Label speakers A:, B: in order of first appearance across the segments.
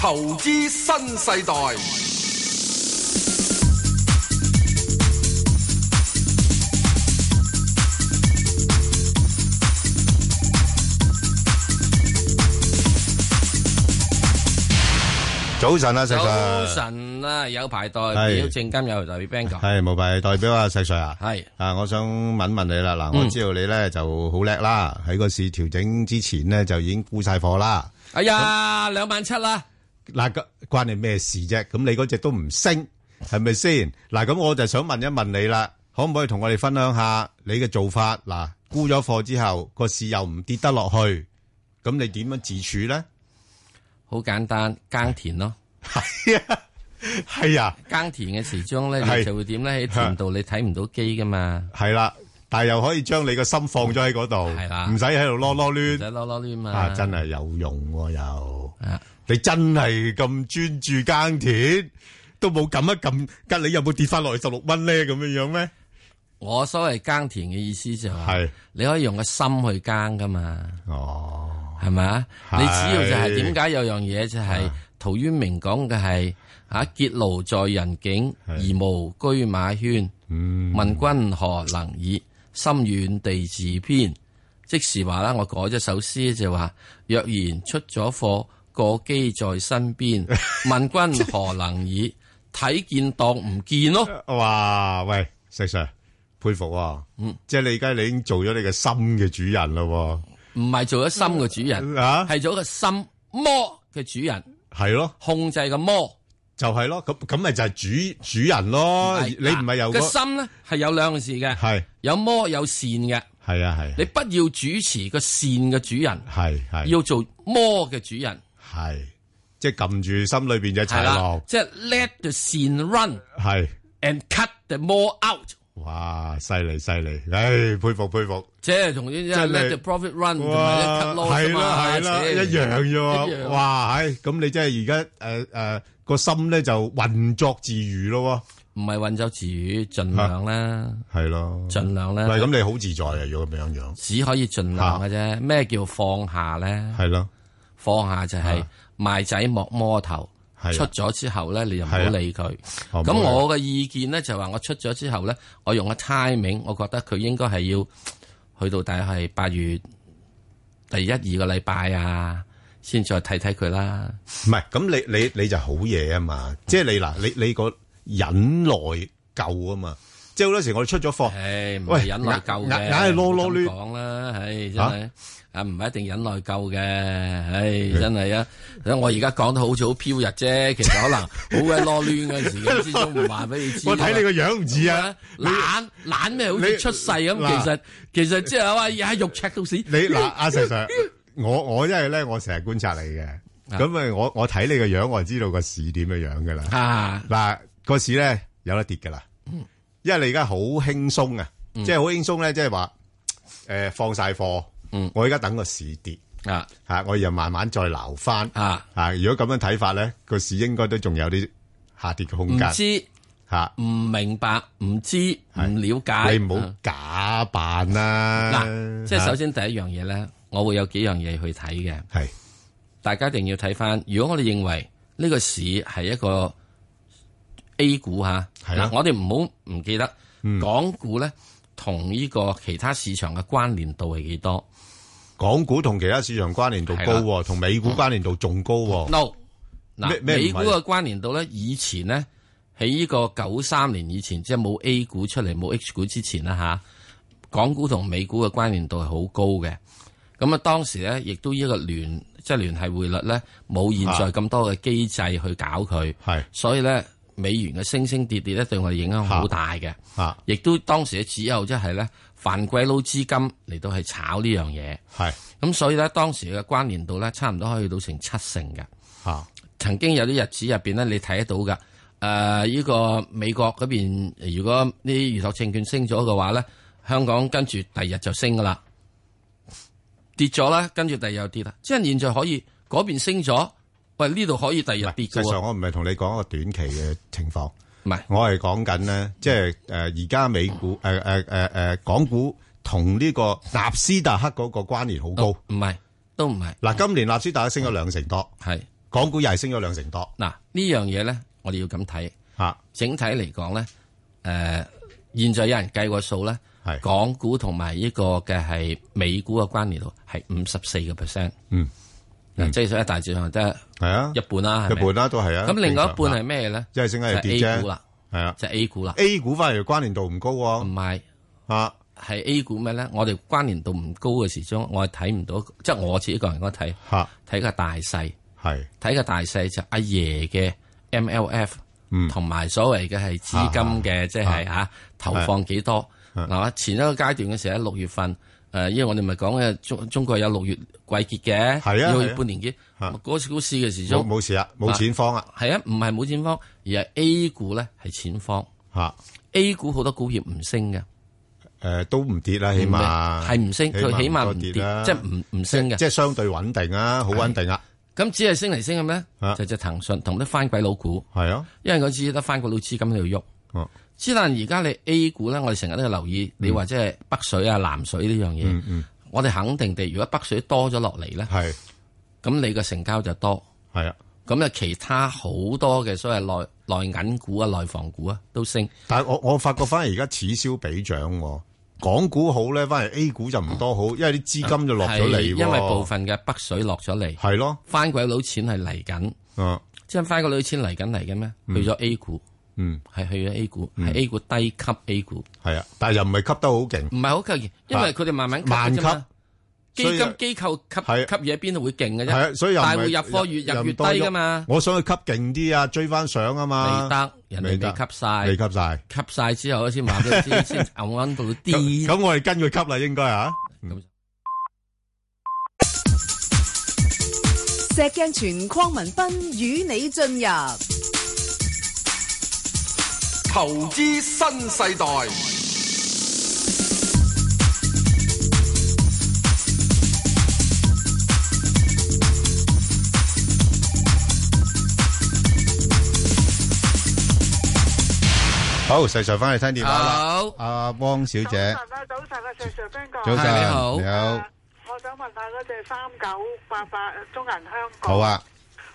A: 投資新世代。
B: 早晨啊，石 Sir。
C: 早晨啊，有排代表
B: 係
C: 證監，有代表 b a n k
B: 係，無牌代表啊，石Sir啊。
C: 係。
B: 啊，我想問問你啦，嗱，
C: 嗯。
B: 我知道你呢就好叻啦，喺個市調整之前呢就已經沽晒貨啦。嗱，
C: 哎呀，兩萬七啦，
B: 咁-關你咩事啫？咁你嗰隻都唔升，係咪先？嗱，咁我就想問一問你啦，可唔可以同我哋分享下你嘅做法？嗱，沽咗貨之後，個市又唔跌得落去，咁你點樣自處呢？係啊，係啊。
C: 好簡單，耕田咯。耕田嘅時鐘咧，
B: 係
C: 你就會點咧？喺田度你睇唔到機噶嘛，
B: 系啦，但系又可以將你個心放咗喺嗰度，
C: 係啦
B: 唔使喺度啰啰
C: 唔使
B: 挛
C: 攞攞攣嘛。
B: 啊！真係有用喎，又
C: 啊
B: 你真係咁專注耕田，都冇撳一撳，吉你有冇跌翻落去十六蚊咧？咁樣樣咩？
C: 我所謂耕田嘅意思就係
B: 係
C: 你可以用個心去耕噶嘛，
B: 哦，
C: 係咪啊？
B: 係啊
C: 你只要就係點解有樣嘢就係陶淵明講嘅係啊，結廬在人境，
B: 係
C: 而無車馬喧。
B: 嗯，
C: 問君何能以？心遠地自偏。即是話啦，我改咗首詩就話：若然出咗貨，個機在身 邊，問君何能以？睇見當唔見咯。
B: 哇，喂，石 Sir，佩服喎，嗯，即係你而家你已經做咗你嘅心嘅主人咯
C: 唔係做咗心嘅主人，
B: 喎，啊，
C: 係做一個心魔嘅主人，
B: 係咯，
C: 控制個魔。
B: 就係咯，咁咁咪就係主主人咯，
C: 係啊
B: 你唔係有
C: 個
B: 個
C: 心咧，係有兩件事嘅，
B: 係
C: 有魔有善嘅。
B: 係啊係
C: 你不要主持個善嘅主人，
B: 係係。
C: 要做魔嘅主人。
B: 系，即系揿住心里边嘅
C: 係
B: 豺
C: 啦
B: 狼，，
C: 即係 let the 善 run。
B: 系，
C: and cut the more out，
B: 哇，犀利犀利，唉，佩服佩服，
C: 即係同啲
B: 係
C: let the profit run 同埋 cut
B: 哇，
C: loss
B: 系
C: 啫嘛
B: 啦系啦，
C: 切
B: 一样啫
C: 一
B: 喎，
C: 樣
B: 哇，唉，咁你真系而家诶诶个心咧就运作自如咯
C: 唔係運走自如，盡量啦，
B: 喎，系咯，
C: 盡量
B: 喂，
C: 啦，
B: 咁你好自在啊，如果咁样样，
C: 只可以盡量嘅啫。咩叫放下咧？
B: 系咯，
C: 放下就係賣仔莫摸頭，
B: 係啊
C: 出咗之後咧，你就唔好理佢。
B: 哦
C: 咁
B: 冇
C: 我嘅意見咧就話，我出咗之後咧，我用個 timing，我覺得佢應該係要去到大概係八月第一二個禮拜啊，先再睇睇佢啦。
B: 唔系，咁你你你就好嘢啊嘛，即系你嗱，你你个忍耐够啊嘛，即系好多时我哋出咗货。
C: 唉，唔
B: 喂
C: 係忍耐夠
B: 硬
C: 嘅，
B: 硬係囉囉攣
C: 講啦，唉，真係啊，唔係一定忍耐夠嘅，唉，
B: 嗯
C: 真係啊！我而家講得好似好飄逸啫，其 實可能好鬼囉攣嗰陣時，咁之中唔話俾你知。
B: 我睇你個樣唔似啊！
C: 懶懶咩？好似
B: 你
C: 出世咁，
B: 嗱
C: 其實其實即係話喺肉赤到屎。
B: 你嗱，阿 Sir Sir，我我因為咧，我成日觀察你嘅，咁啊，我我睇你個樣，我就知道個市點嘅樣噶啦。
C: 啊，
B: 嗱，個市咧有得跌噶啦，
C: 嗯
B: 因為你而家好輕鬆啊，即係好輕鬆咧，即係話誒放晒貨
C: 嗯，
B: 我而家等個市跌
C: 啊
B: 嚇，我又慢慢再撈翻
C: 啊，
B: 嚇。如果咁樣睇法咧，個市應該都仲有啲下跌嘅空
C: 唔
B: 間
C: 知
B: 嚇。
C: 唔明白，唔知唔了解，啊
B: 你唔好啊假扮啦，
C: 嗱，即係首先第一樣嘢咧，我會有幾樣嘢去睇嘅。
B: 係
C: 大家一定要睇翻。如果我哋認為呢個市係一個 A 股吓，
B: 係嗯啊
C: 嗱我哋唔好唔記得、港股咧同呢個其他市場嘅關聯度係幾多
B: 港股同其他市場關聯度高喎，同美股關聯度仲高喎。
C: ？No，
B: 咩
C: 嗱，
B: 咩唔係
C: 美股嘅關聯度咧，以前咧喺呢個九三年以前，即係冇 A 股出嚟冇 H 股之前啦吓，港股同美股嘅關聯度係好高嘅。咁啊，當時咧，亦都呢個聯即係聯繫匯率咧，冇現
B: 啊
C: 在咁多嘅機制去搞佢。
B: 係
C: 所以咧美元嘅升升跌跌咧對我哋影響好大嘅，
B: 啊，
C: 亦都當時只有即係咧犯鬼佬資金嚟到係炒呢樣嘢，
B: 係
C: 咁所以咧當時嘅關聯度咧差唔多可以去到成七成嘅。
B: 啊，
C: 曾經有啲日子入邊咧，你睇得到噶。誒、呢、個美國嗰邊，如果啲預託證券升咗嘅話咧，香港跟住第二日就升噶啦，跌咗啦，跟住第二日又跌啦。即係現在可以嗰邊升咗，喂呢度可以第二日跌
B: 實
C: 嘅
B: 際上
C: 喎，
B: 我唔係同你講一個短期嘅情況，
C: 唔係
B: 我係講緊咧，即係誒而家美股誒誒誒誒港股同呢個納
C: 哦
B: 斯達克嗰個關聯好高。
C: 唔係都唔係。
B: 嗱，今年納斯達克升咗兩成多，
C: 系
B: 港股又係升咗兩成多啊
C: 嗱呢樣嘢咧，我哋要咁睇，
B: 吓，
C: 整體嚟講咧，诶、現在有人計過數咧，
B: 係
C: 港股同埋呢個嘅係美股嘅關聯度係五十四個 percent，
B: 嗯，
C: 嗱即係所以大致上得
B: 係啊
C: 一，半啦，
B: 一
C: 係咪
B: 半啦都係啊。
C: 咁另外一半
B: 正常
C: 係咩咧？
B: 一係升一係
C: 就
B: 跌
C: A 股
B: 啫，
C: 啦，
B: 係啊。
C: 就 A 股啦，
B: A 股反而關聯度唔高
C: 唔
B: 喎，
C: 係。
B: 啊
C: 係 A 股咩咧？我哋關聯度唔高嘅時鐘，我係睇唔到，即係我自己個人嗰睇
B: 吓
C: 睇個大勢，
B: 係
C: 睇個大勢就阿爺嘅 MLF，
B: 嗯啊
C: 同埋所謂嘅係資金嘅，即係嚇投放幾多
B: 係
C: 嗱？我前一個階段嘅時候，六月份誒，因為我哋咪講嘅中中國有六月季結嘅，
B: 係啊
C: 要
B: 係啊
C: 半年結，
B: 啊
C: 嗰時股市嘅時
B: 冇
C: 鐘
B: 冇事啊，冇錢方啊
C: 係啊，唔係冇錢方，而係 A 股咧係錢方
B: 吓，
C: ，A 股好多股票唔升嘅。呃
B: 誒都唔跌啦，起碼
C: 系唔升，佢起
B: 啊碼
C: 碼唔
B: 多
C: 跌，
B: 啦
C: 即係唔唔升嘅
B: 即。係相對穩定啊，好穩定啊，
C: 咁只係升嚟升嘅咩
B: 啊？
C: 就只騰訊同啲翻鬼佬股，
B: 係啊，
C: 因為佢只得翻鬼佬資金喺度喐。
B: 哦
C: 之但而家你 A 股咧，我哋成日都要留意，你話即係北水啊、南水呢樣
B: 嗯
C: 嘢，
B: 嗯，
C: 我哋肯定地，如果北水多咗落嚟咧，
B: 係
C: 咁你個成交就多。
B: 係啊，
C: 咁啊，其他好多嘅所謂內內銀股啊、內房股啊都升。
B: 但係我我發覺反而而家此消彼長喎，港股好咧，反而 A 股就唔多好，因為啲資金就落咗嚟
C: 啊係
B: 喎，
C: 因為部分嘅北水落咗嚟，
B: 係咯，
C: 翻鬼佬錢係嚟緊，
B: 嗯
C: 即係翻鬼佬錢嚟緊嚟嘅咩？去咗 A 股。
B: 嗯
C: 係去咗 A 股，係 A 股低級 A 股，
B: 係啊，但係又唔係吸得好勁，
C: 唔係好吸引，因為佢哋慢慢吸
B: 慢
C: 嘅啫
B: 吸
C: 嘛。。基
B: 所
C: 金
B: 以
C: 機構吸
B: 係
C: 吸嘢邊度會勁嘅
B: 係啊
C: 啫？
B: 所以又唔
C: 大
B: 係
C: 户入貨越
B: 又
C: 入越
B: 唔多
C: 低
B: 喐
C: 噶嘛？
B: 我想去吸勁啲啊，追翻上啊嘛，
C: 未得，人
B: 未
C: 哋
B: 得
C: 未吸晒，
B: 未吸晒。
C: 吸晒之後先話俾你 知，先牛温到
B: 咁
C: 啲。
B: 咁我哋跟佢吸啦，應該啊。
C: 咁
D: 石鏡泉邝文斌與你進入
A: 投資新世代，
B: 好，細 Sir 翻嚟聽電話啦。
C: 好，
B: 阿汪小姐，
E: 早晨啊，早晨啊，石 Sir 邊個？
B: 早晨，
C: 係你好
B: 你好，
E: 我想問下嗰只三九八八中銀香港，
B: 好啊。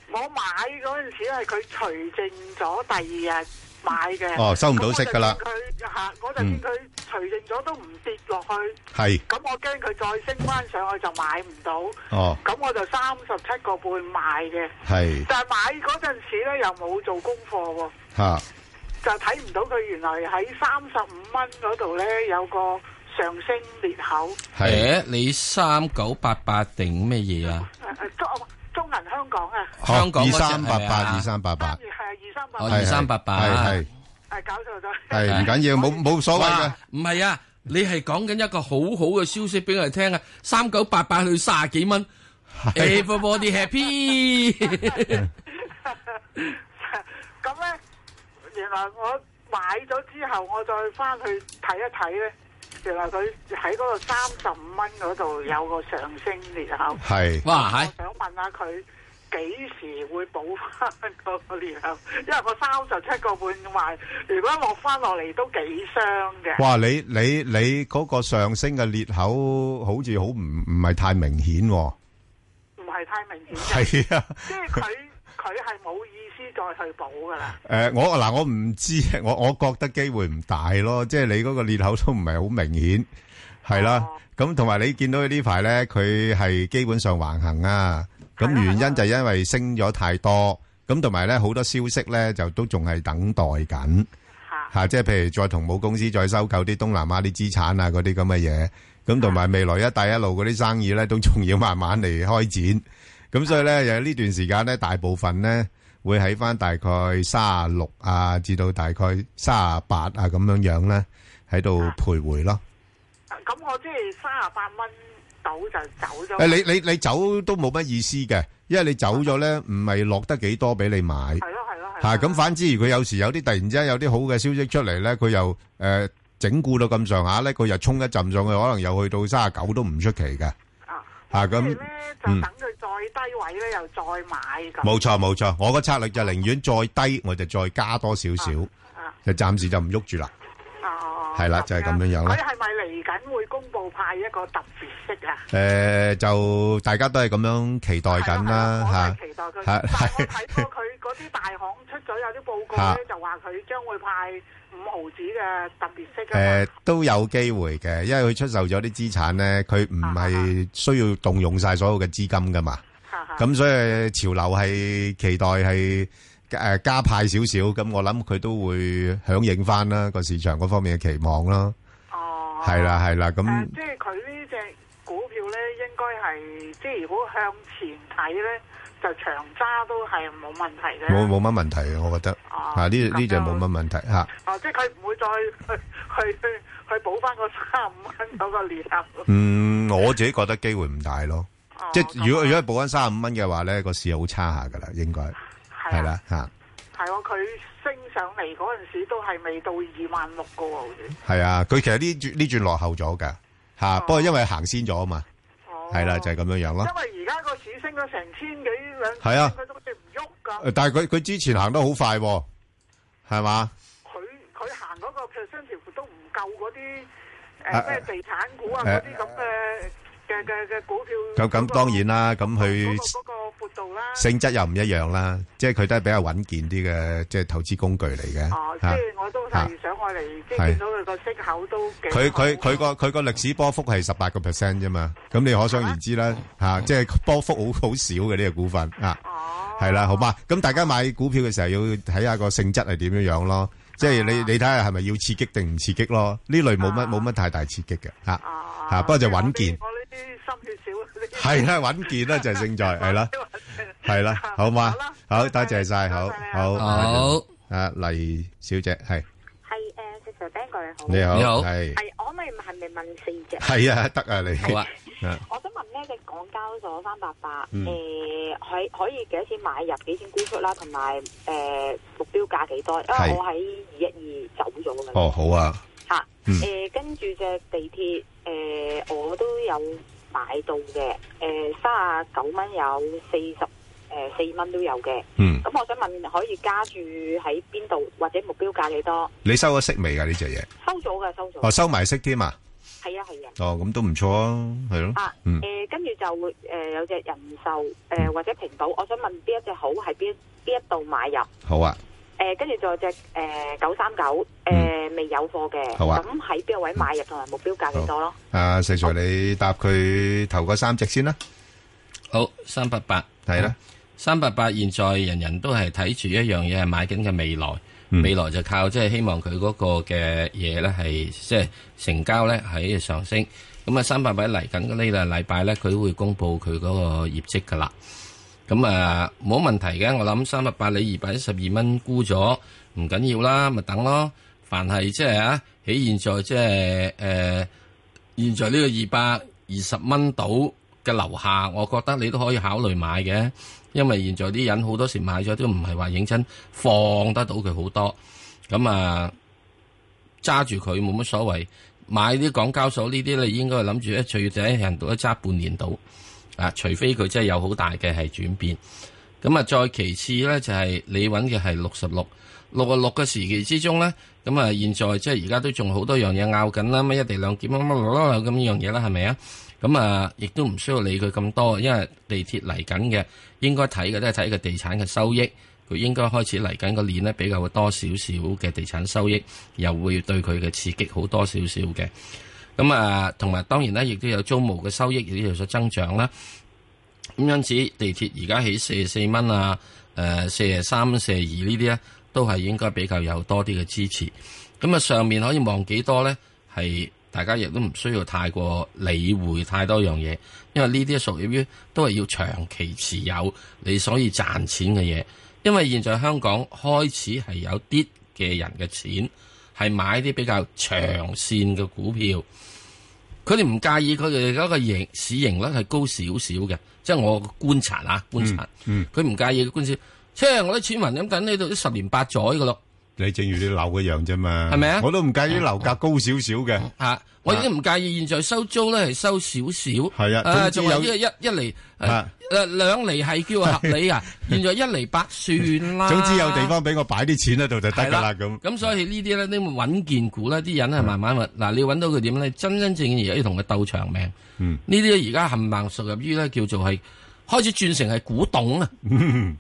E: 我買嗰陣時係佢除淨咗第二日買嘅，
B: 哦收唔到息㗎啦
E: 咁我就見佢嚇，我就見佢除淨咗都唔跌落去，
B: 係
E: 咁我驚佢再升翻上去就買唔到，
B: 哦，
E: 咁我就三十七個半買嘅，
B: 係
E: 但係買嗰陣時咧又冇做功課喎。
B: 吓，
E: 就睇唔到佢原來喺三十五蚊嗰度咧有個上升裂口。
B: 係
C: 誒，你三九八八定咩嘢啊？
E: 誒誒中哦中銀香港啊，
C: 香港
B: 二
C: 嗰隻
B: 三八
C: 係
B: 八，
C: 啊
B: 二三八八
E: 三，月係二三八
C: 哦
E: 八，
B: 係
C: 2388
B: 係係
E: 誒搞錯咗。
B: 係唔緊要，冇冇所謂嘅
C: 哇。，唔係啊，你係講緊一個好好嘅消息俾我哋聽啊！三九八八去卅幾蚊，everybody happy。
E: 咁咧，原來我買咗之後，我再翻去睇一睇咧，原來佢喺嗰個三十五蚊嗰度有個上升裂口。
B: 係
C: 哇，係
E: 我想問下佢幾時會補翻嗰個裂口？ 因為我三十七個半賣，如果落翻落嚟都幾傷嘅。
B: 哇！你你你嗰個上升嘅裂口好似好唔唔係太明顯喎。
E: 唔係太明顯嘅，
B: 係啊。
E: 即係 佢佢係冇意思再去補噶啦。
B: 诶、呃我嗱，我唔知， 我我觉得機會唔大咯，即係你嗰個裂口都唔係好明顯，係啦
E: 哦。
B: 咁同埋你見到佢呢排咧，佢係基本上橫行啊。咁
E: 係啊
B: 原
E: 係
B: 因
E: 啊
B: 就係因為升咗太多，咁同埋咧好多消息咧就都仲係等待緊。
E: 嚇
B: 吓、即係譬如再同母公司再收購啲東南亞啲資產啊，嗰啲咁嘅嘢，咁同埋未來一帶一路嗰啲生意咧，都仲要慢慢嚟開展。咁所以咧，又呢段時間咧，大部分咧會喺翻大概三六啊，至到大概三八啊咁樣樣咧，喺度徘徊咯。
E: 咁我即係三十八蚊到就走咗。
B: 誒、你你你走都冇乜意思嘅，因為你走咗咧，唔係落得幾多俾你買。
E: 係咯係咯係咯。
B: 吓啊咁反之，佢有時有啲突然之間有啲好嘅消息出嚟咧，佢又诶整固到咁上下咧，佢又衝一浸上去，可能又去到三十九都唔出奇嘅。
E: 啊
B: 嚇咁
E: 咁咧就
B: 嗯
E: 等佢再低位咧又再買咁。
B: 冇錯冇錯，我個策略就寧願再低，我就再加多少少，
E: 啊
B: 就暫時就唔喐住啦。
E: 啊哦
B: 係啦就係咁樣樣啦
E: 佢係咪嚟緊會公佈派一個特別息啊？
B: 诶、呃就大家都係咁樣期待緊啦
E: 係啦啊我係期待佢。
B: 吓，
E: 但係我睇過佢嗰啲大行出咗有啲報告咧，
B: 嚇
E: 就話佢將會派五毫子嘅特別息
B: 诶、
E: 啊嘛。
B: 呃都有機會嘅，因為佢出售咗啲資產咧，佢唔係需要動用晒所有嘅資金噶嘛。
E: 嚇嚇
B: 咁所以潮流係期待係诶加派少少，咁我諗佢都會響應翻啦個市場嗰方面嘅期望咯。
E: 哦，
B: 係啦係啦，
E: 誒
B: 咁
E: 即係佢呢只股票咧，應該係即係如果向前睇咧，就長揸都係冇問題嘅。
B: 冇冇乜問題嘅，我覺得
E: 哦
B: 吓呢
E: 咁
B: 呢只
E: 就
B: 冇乜問題吓。
E: 哦，即係佢唔會再去 去去去補翻個三五蚊嗰個裂合。
B: 嗯，我自己覺得機會唔大咯。
E: 哦
B: 即係如果
E: 咁
B: 如
E: 啊
B: 果係保緊三十五蚊嘅話咧，個市好差下噶啦，應該
E: 係啊
B: 係啦吓，
E: 係喎，佢升上嚟嗰陣時都係未到二萬六個喎，好似。
B: 係啊，佢其實呢轉呢轉落後咗㗎吓，
E: 哦
B: 不過因為行先咗啊嘛，
E: 哦
B: 係啦就係咁樣樣咯。
E: 因為而家個市升咗成千幾兩，
B: 係啊
E: 佢都唔喐
B: 誒
E: 㗎。
B: 但係佢佢之前行得好快喎，係嘛？
E: 佢佢行嗰個 percentage 都唔夠嗰啲
B: 啊
E: 誒咩地產股啊
B: 誒
E: 嗰啲咁嘅嘅嘅嘅股票。
B: 咁咁當然啦，咁
E: 嗰
B: 佢
E: 個嗰個闊度啦。
B: 性質又唔一樣啦，即係佢都係比較穩健啲嘅，即係投資工具嚟嘅
E: 哦，即
B: 嚇
E: 係我都係想我嚟，即
B: 係
E: 係見到佢個息口都幾
B: 佢
E: 好
B: 佢佢個佢個歷史波幅係十八個 percent 啫嘛，咁你可想而知啦嚇，即係波幅好好少嘅呢個股份啊。
E: 哦，
B: 係啦，好嘛？咁大家買股票嘅時候要睇下個性質係點樣樣咯，即係你你睇下係咪要刺激定唔刺激咯？呢類冇乜冇乜太大刺激嘅吓
E: 哦，
B: 吓，不過就穩健
E: 即係，我呢我呢啲心血少嗰啲。
B: 係啦，穩健啦就係勝在係啦，係啦，好嘛？好多謝晒，好好
C: 好，
B: 啊，黎小姐係
F: 系诶，石 Sir 彬哥你好，
B: 你好，
C: 你好
B: 係
F: 系我咪系咪问四只？
B: 係啊，得啊你，
C: 好啊，
F: 我想问呢只港交所三八八，
B: 嗯
F: 诶，可可以几多钱买入，几钱沽出啦，同埋诶目标价几多？因
B: 係
F: 为我喺二一二走咗嘅
B: 哦好啊，
F: 吓
B: 嗯，
F: 诶，呃跟住只地铁诶，我都有买到嘅，诶，三啊九蚊有，四十诶四蚊都有嘅。
B: 嗯，
F: 咁我想问可以加注喺边度，或者目标价几多？
B: 你收咗息未㗎呢只嘢？
F: 收咗嘅，收
B: 哦，
F: 咗，
B: 收埋息添啊，
F: 系啊系啊。
B: 哦咁都唔錯啊，係咯，
F: 啊，
B: 嗯
F: 诶、跟住就會诶、有隻人壽诶、或者平保，我想問邊一隻好係邊邊一度買入？
B: 好啊。
F: 诶、跟住仲有隻诶九三九诶未有貨嘅，
B: 嗯好啊
F: 咁喺邊個位買入同埋目標價幾多咯？
B: 啊，石 Sir，你答佢頭嗰三隻先啦，
C: 好三八八
B: 係啦，
C: 三八八現在人人都係睇住一樣嘢係買緊嘅未來，
B: 嗯
C: 未來就靠即係希望佢嗰個嘅嘢咧係即係成交咧喺上升。咁啊，三八八嚟緊呢個禮拜咧，佢會公布佢嗰個業績噶啦。咁啊，冇問題嘅，我諗三百八你二百一十二蚊沽咗，唔緊要啦，咪等咯。凡係即係啊，喺現在即係誒。呃現在呢個二百二十蚊到嘅樓下，我覺得你都可以考慮買嘅，因為現在啲人好多時買咗都唔係話認真放得到佢好多，咁啊揸住佢冇乜所謂。買啲港交所呢啲，你應該諗住一最就一人到一揸半年到，啊，除非佢真係有好大嘅係轉變。咁啊，再其次咧就係、你揾嘅係六十六，六啊六嘅時期之中咧，咁啊現在即係而家都仲好多樣嘢拗緊啦，乜一地兩檢乜乜乜乜咁樣嘢啦，係咪啊？咁啊，亦都唔需要理佢咁多，因為地鐵嚟緊嘅應該睇嘅都係睇個地產嘅收益，佢應該開始嚟緊個年咧比較會多少少嘅地產收益，又會對佢嘅刺激好多少少嘅。咁啊，同埋當然啦，亦都有租務嘅收益，亦都有所增長啦。咁因此地鐵而家起四十四蚊啊，誒四十三、四十二呢啲咧，都係應該比較有多啲嘅支持。咁啊，上面可以望幾多咧？係大家亦都唔需要太過理會太多樣嘢，因為呢啲屬於都係要長期持有，你所以賺錢嘅嘢。因為現在香港開始係有啲嘅人嘅錢係買啲比較長線嘅股票。佢哋唔介意佢哋嗰個盈市盈率係高少少嘅，即係我觀察啊，觀察，佢唔、介意嘅觀察，即係我啲錢民咁緊呢度都十年八載噶咯，
B: 你正如啲樓一樣啫嘛，
C: 係咪啊？
B: 我都唔介意樓價高少少嘅，
C: 啊，我已經唔介意現在收租咧係收少少，
B: 係啊總
C: 仲
B: 之
C: 有呢
B: 有
C: 一一嚟，
B: 啊
C: 啊诶两厘係叫合理 啊，現在一厘八算啦。
B: 总之有地方俾我擺啲錢喺度就得
C: 係
B: 噶啦咁。
C: 咁所以呢啲咧，呢啲穩健股咧，啲人係慢慢揾。嗱，你揾到佢點咧？真真正正而家要同佢鬥長命。
B: 嗯
C: 呢啲而家冚唪唥屬入於咧叫做係開始轉成係古董啊！
B: 嗯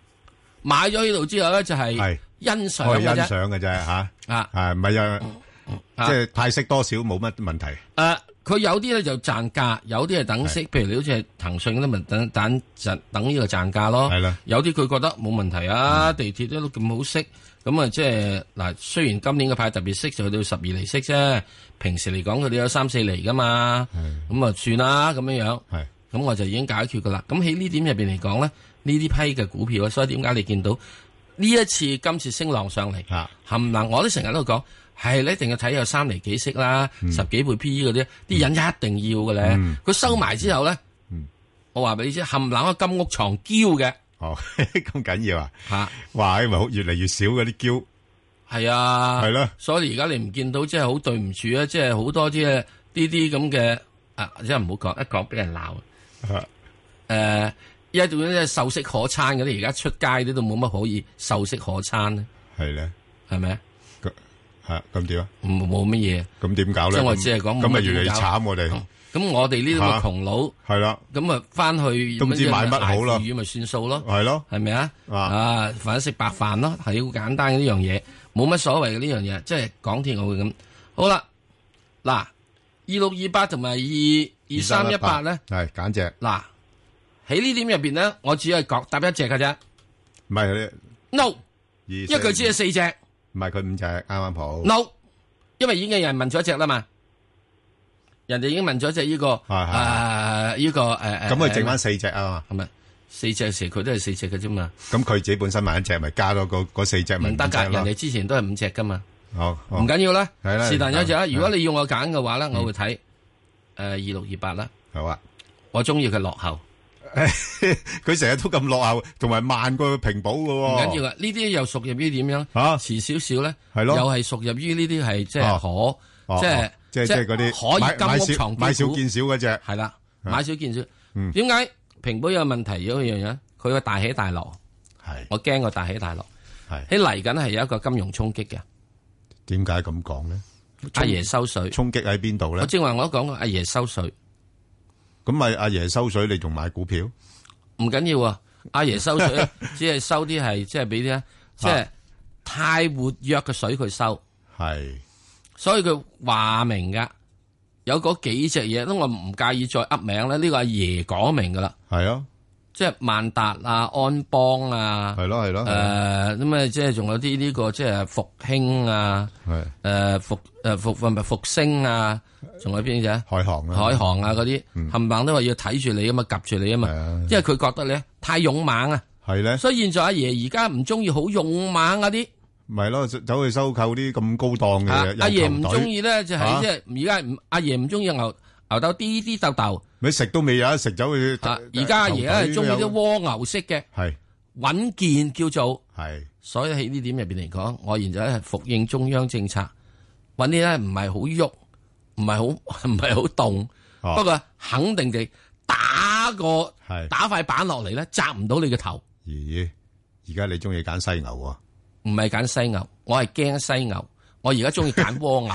C: 買咗呢度之後咧，就係
B: 係
C: 欣
B: 我
C: 賞
B: 係
C: 嘅
B: 欣
C: 啫。
B: 賞嘅啫吓，
C: 啊
B: 啊唔係啊，
C: 啊
B: 即係派息多少冇乜問題。
C: 誒，呃佢有啲咧就賺價，有啲係等息。譬如你好似係騰訊嗰啲，咪等等等等呢個賺價咯。
B: 係啦嗯
C: 有啲佢覺得冇問題啊，地鐵都咁好息。咁啊，即係嗱，雖然今年嘅派特別息就去到十二厘息啫，平時嚟講佢哋有三四厘噶嘛，咁啊算啦咁樣樣。
B: 係
C: 咁我就已經解決噶啦。咁喺呢點入邊嚟講咧，呢啲批嘅股票啊，所以點解你見到呢一次今次升浪上嚟，
B: 啊
C: 冚唪唥我都成日都講，係你一定要睇有三厘幾息啦，十幾倍 P E 嗰啲，啲人一定要嘅咧。
B: 嗯
C: 佢收埋之後咧，
B: 嗯
C: 我話俾你知，冚唪唥都金屋藏嬌嘅
B: 哦，咁緊要啊！
C: 嚇，
B: 哇，咪好越嚟越少嗰啲嬌，
C: 係啊，
B: 係咯
C: 所以而家你唔見到即係好對唔住啊，即係好多啲呢啲咁嘅啊，即係唔好講，一講俾人鬧。
B: 啊
C: 誒一種即係秀色可餐嗰啲，而家出街啲都冇乜可以秀色可餐咧，
B: 係咧，
C: 係咪？
B: 咁啊咁點啊？
C: 唔冇乜嘢。
B: 咁點搞咧？
C: 即係我
B: 咁
C: 只係講冇
B: 咁咪
C: 乜
B: 越嚟越
C: 點搞
B: 慘我哋
C: 咁咁我哋呢啲咁嘅
B: 嚇
C: 窮佬，
B: 係啦，
C: 咁啊翻去
B: 都唔知買乜好啦
C: 捱腐乳咪算數咯，
B: 係咯，
C: 係咪啊？
B: 啊
C: 啊，反正食白飯咯，係好簡單嘅呢樣嘢，冇乜所謂嘅呢樣嘢，即係港鐵我會咁。好啦，嗱，二六二八同埋二二三一八咧，
B: 係簡直
C: 嗱喺呢點入邊咧，我只係講搭一隻嘅啫
B: 唔係
C: ，no，
B: 你二
C: 因為佢只係四隻。
B: 唔係佢五隻啱啱好
C: no，因為已經有人問咗一隻啦嘛，人哋已經問咗一隻呢個
B: 係係
C: 啊呢個誒誒，
B: 咁佢剩翻四隻啊嘛，
C: 係咪四隻時佢都係四隻嘅啫嘛，
B: 咁佢自己本身買一隻，咪加多嗰嗰四隻咪
C: 唔得
B: 五隻
C: 㗎，
B: 咯
C: 人哋之前都係五隻㗎嘛，
B: 好，好
C: 唔緊要啦，
B: 哦係啦嗯
C: 是但有一隻啦。啊
B: 係
C: 如果你要我揀嘅話咧，我會睇誒呃二六二八啦，
B: 好啊。
C: 我中意佢落後，
B: 佢成日都咁落後，同埋慢過平保嘅
C: 唔
B: 喎。
C: 緊要啊。呢啲又屬入於點樣？
B: 哦啊
C: 遲少少咧，
B: 係咯
C: 又係屬入於呢啲係即係可，
B: 哦，
C: 即係
B: 哦即係即係嗰
C: 可以
B: 啲買
C: 金
B: 買
C: 屋
B: 少
C: 藏
B: 買少
C: 嬌股
B: 見少嗰只，
C: 系啦，
B: 啊
C: 買少見少。
B: 嗯
C: 點解平保有問題？有一樣嘢，佢個大起大落，
B: 係
C: 我驚個大起大落。
B: 係
C: 喺嚟緊係有一個金融衝擊嘅，
B: 點解咁講咧？
C: 阿爺收水。
B: 衝擊喺邊度
C: 我
B: 咧？
C: 正話我都講過，阿爺收水
B: 咁咪阿爺收水，你仲買股票？
C: 唔緊要啊。阿 爺收水只係收啲係即係俾啲啊即係太活躍嘅水佢收，
B: 係
C: 所以佢話明噶。有嗰幾隻嘢，都我唔介意再噏名咧。呢個阿爺講明噶啦，
B: 係啊，
C: 即係萬達啊、安邦啊。
B: 係咯係咯，係
C: 誒咁啊，即係仲有啲呢個即係復興啊，
B: 係
C: 誒復誒復唔係復星啊，仲有邊隻啊
B: 海航啊，
C: 海航啊嗰啲，冚唪唥都話要睇住你啊嘛，夾住你啊嘛
B: 係啊，
C: 因為佢覺得你太勇猛啊，
B: 係 咧，
C: 所以現在阿爺而家唔中意好勇猛嗰啲，
B: 咪咯，走去收購啲咁高檔嘅
C: 啊
B: 嘢，
C: 阿
B: 有
C: 爺
B: 球
C: 唔
B: 隊
C: 中意咧就係
B: 啊
C: 即係而家唔阿爺唔中意牛牛豆啲啲豆豆
B: 咪食都未有得食，走去
C: 啊，而家阿爺咧中意啲
B: 窩，
C: 蝸牛式嘅
B: 係
C: 穩健叫做。
B: 係
C: 所以喺呢點入邊嚟講，我現在係服應中央政策，揾啲咧唔係好喐，唔係好 唔係好動，
B: 哦
C: 不過肯定地打個
B: 係
C: 打塊板落嚟咧，砸唔到你嘅頭。
B: 咦？而家你中意揀犀牛喎？
C: 唔係揀犀牛，我係驚犀牛，我而家中意 揀蝸牛，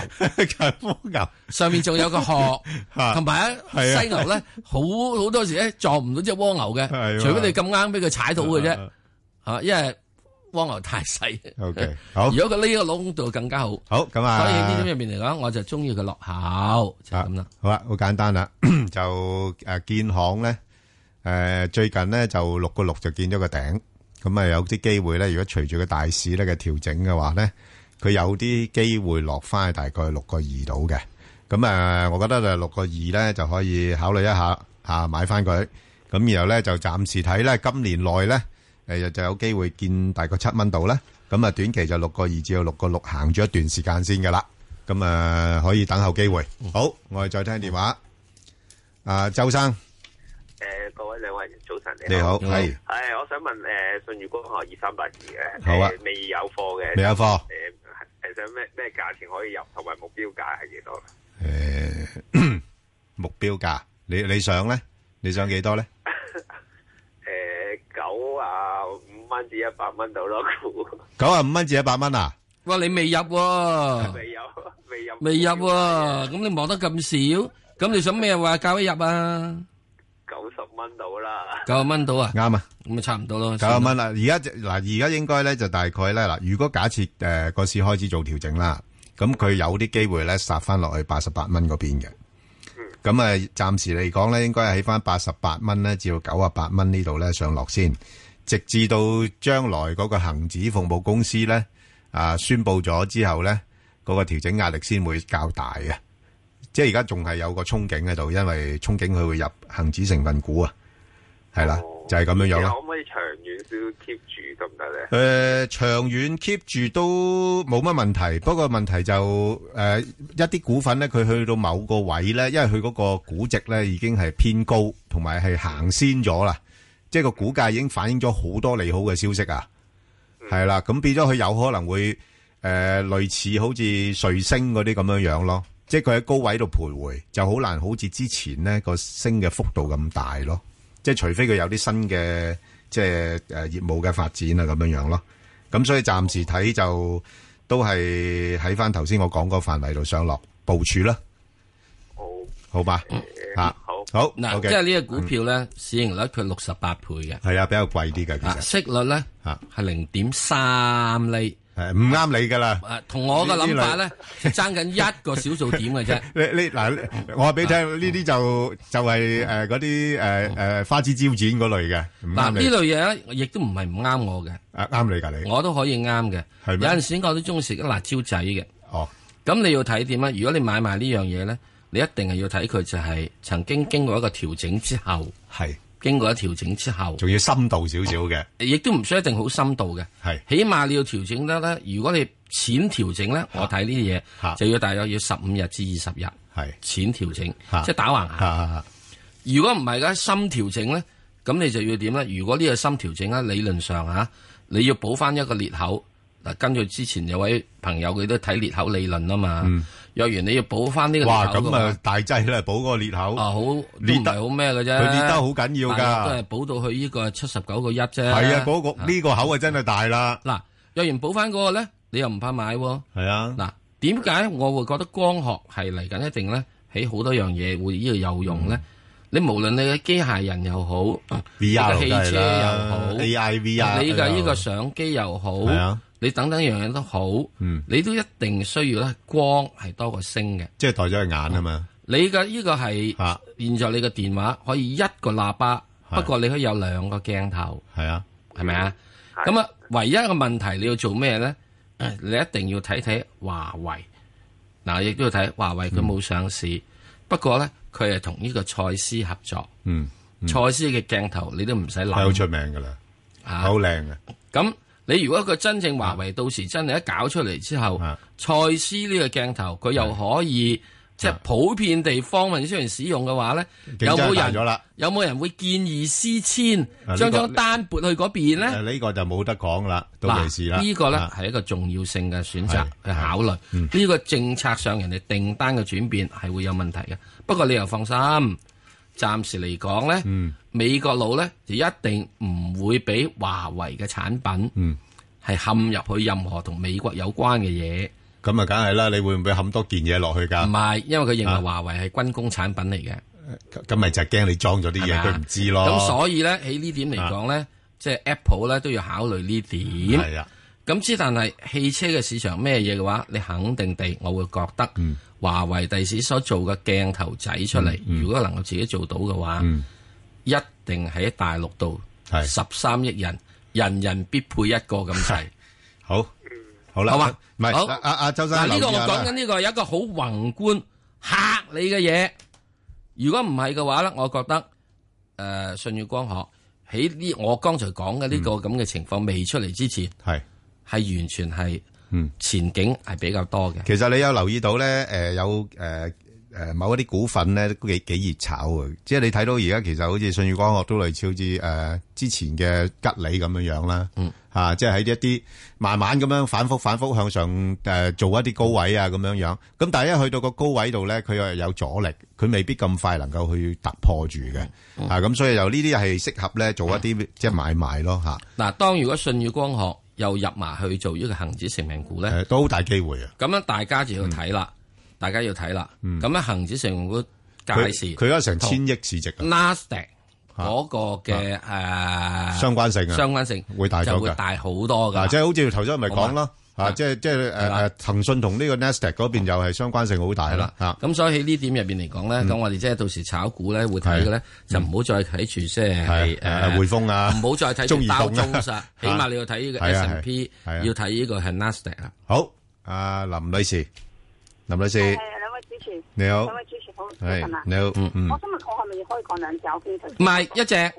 B: 揀蝸牛
C: 上面仲有個殼，
B: 嚇
C: 同埋
B: 係
C: 咧
B: 啊
C: 犀牛咧好好多時咧撞唔到只蝸牛嘅
B: 係，喎
C: 除非你咁啱俾佢踩到嘅啫，嚇，因為蝸牛太細。
B: OK，好
C: 如果佢匿喺個窿度更加好。
B: 好咁啊，
C: 所以呢啲入面嚟講，我就中意佢落口就係咁啦。
B: 好啊，好簡單啦。就，誒，建行呢，誒，最近呢，就6.6就見咗個頂。咁啊，有啲機會呢，如果隨住個大市呢嘅調整嘅話呢，佢有啲機會落返去大概6.2度嘅。咁，誒，我覺得就6.2呢，就可以考慮一下，啊，買返佢。咁然後呢，就暫時睇呢，今年內呢，誒，就-就有機會見大概7蚊度啦。咁啊，短期就6.2至到6.6行咗一段時間先㗎啦。咁啊，可以等候機會。好，我哋再聽電話。啊，周生
G: 诶、各位兩位早晨，
B: 你好，
C: 你好
B: 係
G: 诶、我想問诶、信譽光學二三八二嘅，
B: 好啊啊
G: 誒未有貨嘅，
B: 未有貨
G: 诶、誒想咩咩价钱可以入，同埋目標價係幾多？
B: 诶 目標價，你你想咧？你想幾多咧？
G: 诶、九啊五蚊至一百蚊到咯，估
B: 九啊五蚊至一百蚊啊？
C: 哇，你未入喎，
G: 未有未有
C: 未入喎，咁你望得咁少，咁你想咩話教一入啊？
G: 九十蚊到啦，
C: 九啊蚊到啊，
B: 啱啊，
C: 咁咪差唔多咯。
B: 九啊蚊啦。而家就嗱，而家應該咧就大概咧嗱，如果假設诶個市開始做調整啦，咁佢有啲機會咧殺翻落去八十八蚊嗰邊嘅。咁啊，暫時嚟講咧，應該係喺翻八十八蚊咧，至到九啊八蚊呢度咧上落先，直至到將來嗰個恒指服務公司咧啊宣布咗之後咧，嗰、個調整壓力先會較大嘅。即係而家仲係有個憧憬喺度，因為憧憬佢會入恒指成分股啊，係啦，
G: 哦
B: 就係咁樣樣
G: 你
B: 啦
G: 可。唔可以長遠少 keep 住得唔得咧？
B: 誒、呃長遠 keep 住都冇乜問題，不過問題就誒、一啲股份咧，佢去到某個位咧，因為佢嗰個估值咧已經係偏高，同埋係行先咗啦，即係個股價已經反映咗好多利好嘅消息啊，係啦、咁變咗佢有可能會誒、呃類似好似瑞星嗰啲咁樣樣咯，即係佢喺高位度徘徊，就好難好似之前呢個升嘅幅度咁大咯。即係除非佢有啲新嘅即係誒業務嘅發展啊咁樣樣咯。咁所以暫時睇就都係喺翻頭先我講個範圍度上落部署啦，
G: 好
B: 好吧？嚇、
G: 好
B: 好
C: 嗯嗱，
B: OK
C: 即係呢個股票咧，市盈率佢六十八倍嘅，
B: 係啊，比較貴啲嘅其
C: 啊，
B: 實
C: 息率咧
B: 啊
C: 係零點三厘，
B: 誒唔啱你㗎啦。
C: 啊，同我嘅諗法咧就爭緊一個小數點嘅啫。
B: 你你嗱，我話俾你
C: 啊
B: 聽，呢啲就就係誒嗰啲誒誒花枝招展嗰類嘅，唔
C: 嗯嗱，
B: 啱
C: 呢
B: 你，
C: 類嘢咧亦都唔係唔啱我嘅，
B: 啊啱你㗎你，
C: 我都可以啱嘅。
B: 係咩
C: 有陣時我都中意食啲辣椒仔嘅。
B: 哦，
C: 咁你要睇點啊？如果你買埋呢樣嘢咧，你一定係要睇佢就係曾經經過一個調整之後，
B: 係，
C: 經過一調整之後，
B: 仲要深度少少嘅，
C: 亦都唔需要一定好深度嘅。
B: 係
C: 起碼你要調整得咧。如果你淺調整咧，我睇呢啲
B: 嚇
C: 嘢就要大約要十五日至二十日
B: 係，
C: 淺調整
B: 嚇，
C: 即係打橫行。
B: 啊
C: 如果唔係嘅深調整咧，咁你就要點咧？如果呢個深調整咧，理論上嚇、你要補翻一個裂口。嗱，根據之前有位朋友佢都睇裂口理論啊嘛。若然你要補翻呢個裂
B: 嗯 哇
C: 口嘅
B: 咁
C: 話
B: 啊大劑啦，補個裂口，
C: 啊好
B: 裂
C: 裂
B: 得
C: 得好咩嘅啫，
B: 佢裂得好緊要㗎
C: 大約都係補到去呢個七十九個一啫。
B: 係啊，嗰個呢個口啊真係大啦，
C: 嗱，若然補翻嗰個咧，你又唔怕買喎、
B: 係啊，
C: 嗱，點解我會覺得光學係嚟緊一定咧喺好多樣嘢會呢度有用
B: 嗯
C: 咧？你無論你嘅機械人又好，啊你
B: VR
C: 嘅汽車又
B: 梗係啦
C: 好
B: AI VR
C: 你嘅呢個相機又好
B: 係啊，
C: 你等等樣嘢都好，
B: 嗯
C: 你都一定需要咧光係多過聲嘅。
B: 即係代咗佢眼啊嘛，
C: 你嘅呢個係
B: 嚇
C: 現在你嘅電話可以一個喇叭，
B: 係
C: 不過你可以有兩個鏡頭。
B: 係啊，
C: 係咪啊？
G: 係
C: 咁啊，唯一一個問題你要做咩咧？誒你一定要睇睇華為，嗱，亦都要睇華為佢冇
B: 嗯
C: 上市，不過咧佢係同呢個賽斯合作，
B: 嗯，
C: 賽斯嘅鏡頭你都唔使
B: 係好
C: 諗
B: 出名㗎啦，
C: 啊
B: 好靚嘅，
C: 咁你如果佢真正華為到時真係一搞出嚟之後，
B: 啊
C: 賽斯呢個鏡頭佢又可以即係普遍地方面雖然使用嘅話咧，有
B: 啊競爭
C: 冇
B: 大咗
C: 人
B: 啦
C: 有冇人會建議思遷
B: 啊呢個啊
C: 將張單撥去嗰邊咧？
B: 誒呢個就冇得講啦，到
C: 嗱，
B: 期時啦，
C: 呢個咧
B: 啊
C: 係一個重要性嘅選擇
B: 係嗯
C: 去考慮。呢個政策上人哋訂單嘅轉變係會有問題嘅。不過你又放心，暫時嚟講
B: 嗯
C: 咧，美國佬咧就一定唔會俾華為嘅產品
B: 嗯
C: 係陷入去任何同美國有關嘅嘢。
B: 咁啊，梗係啦，你會唔會冚多件嘢落去㗎
C: 唔？係，因為佢認
B: 啊
C: 為華為係軍工產品嚟嘅，
B: 咁咪就係驚你裝咗啲嘢，
C: 係咪啊
B: 佢唔知咯。
C: 咁所以咧喺呢點嚟講咧，即係 Apple 咧都要考慮呢點。
B: 係啊，
C: 咁之但係汽車嘅市場咩嘢嘅話，你肯定地，我會覺得
B: 嗯
C: 華為第時所做嘅鏡頭仔出嚟，如果能夠自己做到嘅話，
B: 嗯
C: 一定喺大陸度
B: 係
C: 十三億人，人人必配一個咁滯。
B: 好，好啦，
C: 好嘛
B: 唔係
C: 好
B: 阿阿阿周生
C: 嗱，呢個
B: 留意
C: 我
B: 下
C: 講
B: 啦
C: 緊呢個有一個好宏觀嚇你嘅嘢。如果唔係嘅話咧，我覺得誒、呃、信譽光學喺呢我剛才講嘅呢個咁嘅情況未出嚟之前，
B: 係。
C: 係完全係
B: 嗯
C: 前景係比較多嘅。
B: 其實你有留意到咧，誒、有誒、誒某一啲股份咧都幾幾熱炒嘅，即係你睇到而家其實好似信宇光學都類似好似誒、呃之前嘅吉利咁樣樣啦，
C: 嗯
B: 啊即係喺一啲慢慢咁樣反覆反覆向上誒、呃做一啲高位啊咁樣樣，咁但係一去到個高位度咧，佢又有阻力，佢未必咁快能夠去突破住嘅，
C: 嗯
B: 啊咁所以就呢啲係適合咧做一啲即係買賣咯嚇，
C: 嗱，當如果信宇光學又入埋去做呢個恒指成分股咧，
B: 誒都好大機會啊！
C: 咁樣大家就要睇啦，大家要睇啦。
B: 嗯
C: 咁樣啊恒指成分股
B: 佢
C: 介市嗯
B: 佢嗰成千億市值啊，
C: ，Nasdaq 嗰個嘅誒
B: 相關性啊，
C: 相關性
B: 會大咗㗎
C: 就會大好多㗎。
B: 嗱，即係好似頭先我咪講咯，
C: 好嘛
B: 啊，即係即係
C: 係
B: 誒
C: 啦
B: 誒，騰訊同呢個 Nasdaq 嗰邊又係相關性好大
C: 係
B: 啦
C: 啦，，
B: 啊，
C: 咁所以喺呢點入邊嚟講
B: 嗯
C: 咧，咁我哋即係到時炒股咧會睇嘅咧，就唔好再睇住即係
B: 係誒
C: 誒，
B: 匯豐啊，
C: 唔好再睇
B: 中
C: 住
B: 移
C: 包
B: 動
C: 中
B: 啊
C: 實，起
B: 係啊
C: 碼你要睇呢個
B: 係啊
C: S&P，
B: 係啊
C: 要睇呢個係 Nasdaq 啊。
B: 好，啊林女士，林女士
F: 兩位主持，
B: 你好，
F: 主持好，
B: 係你好，嗯，
F: 今日我係咪可以講兩隻？我邊
C: 唔係一隻。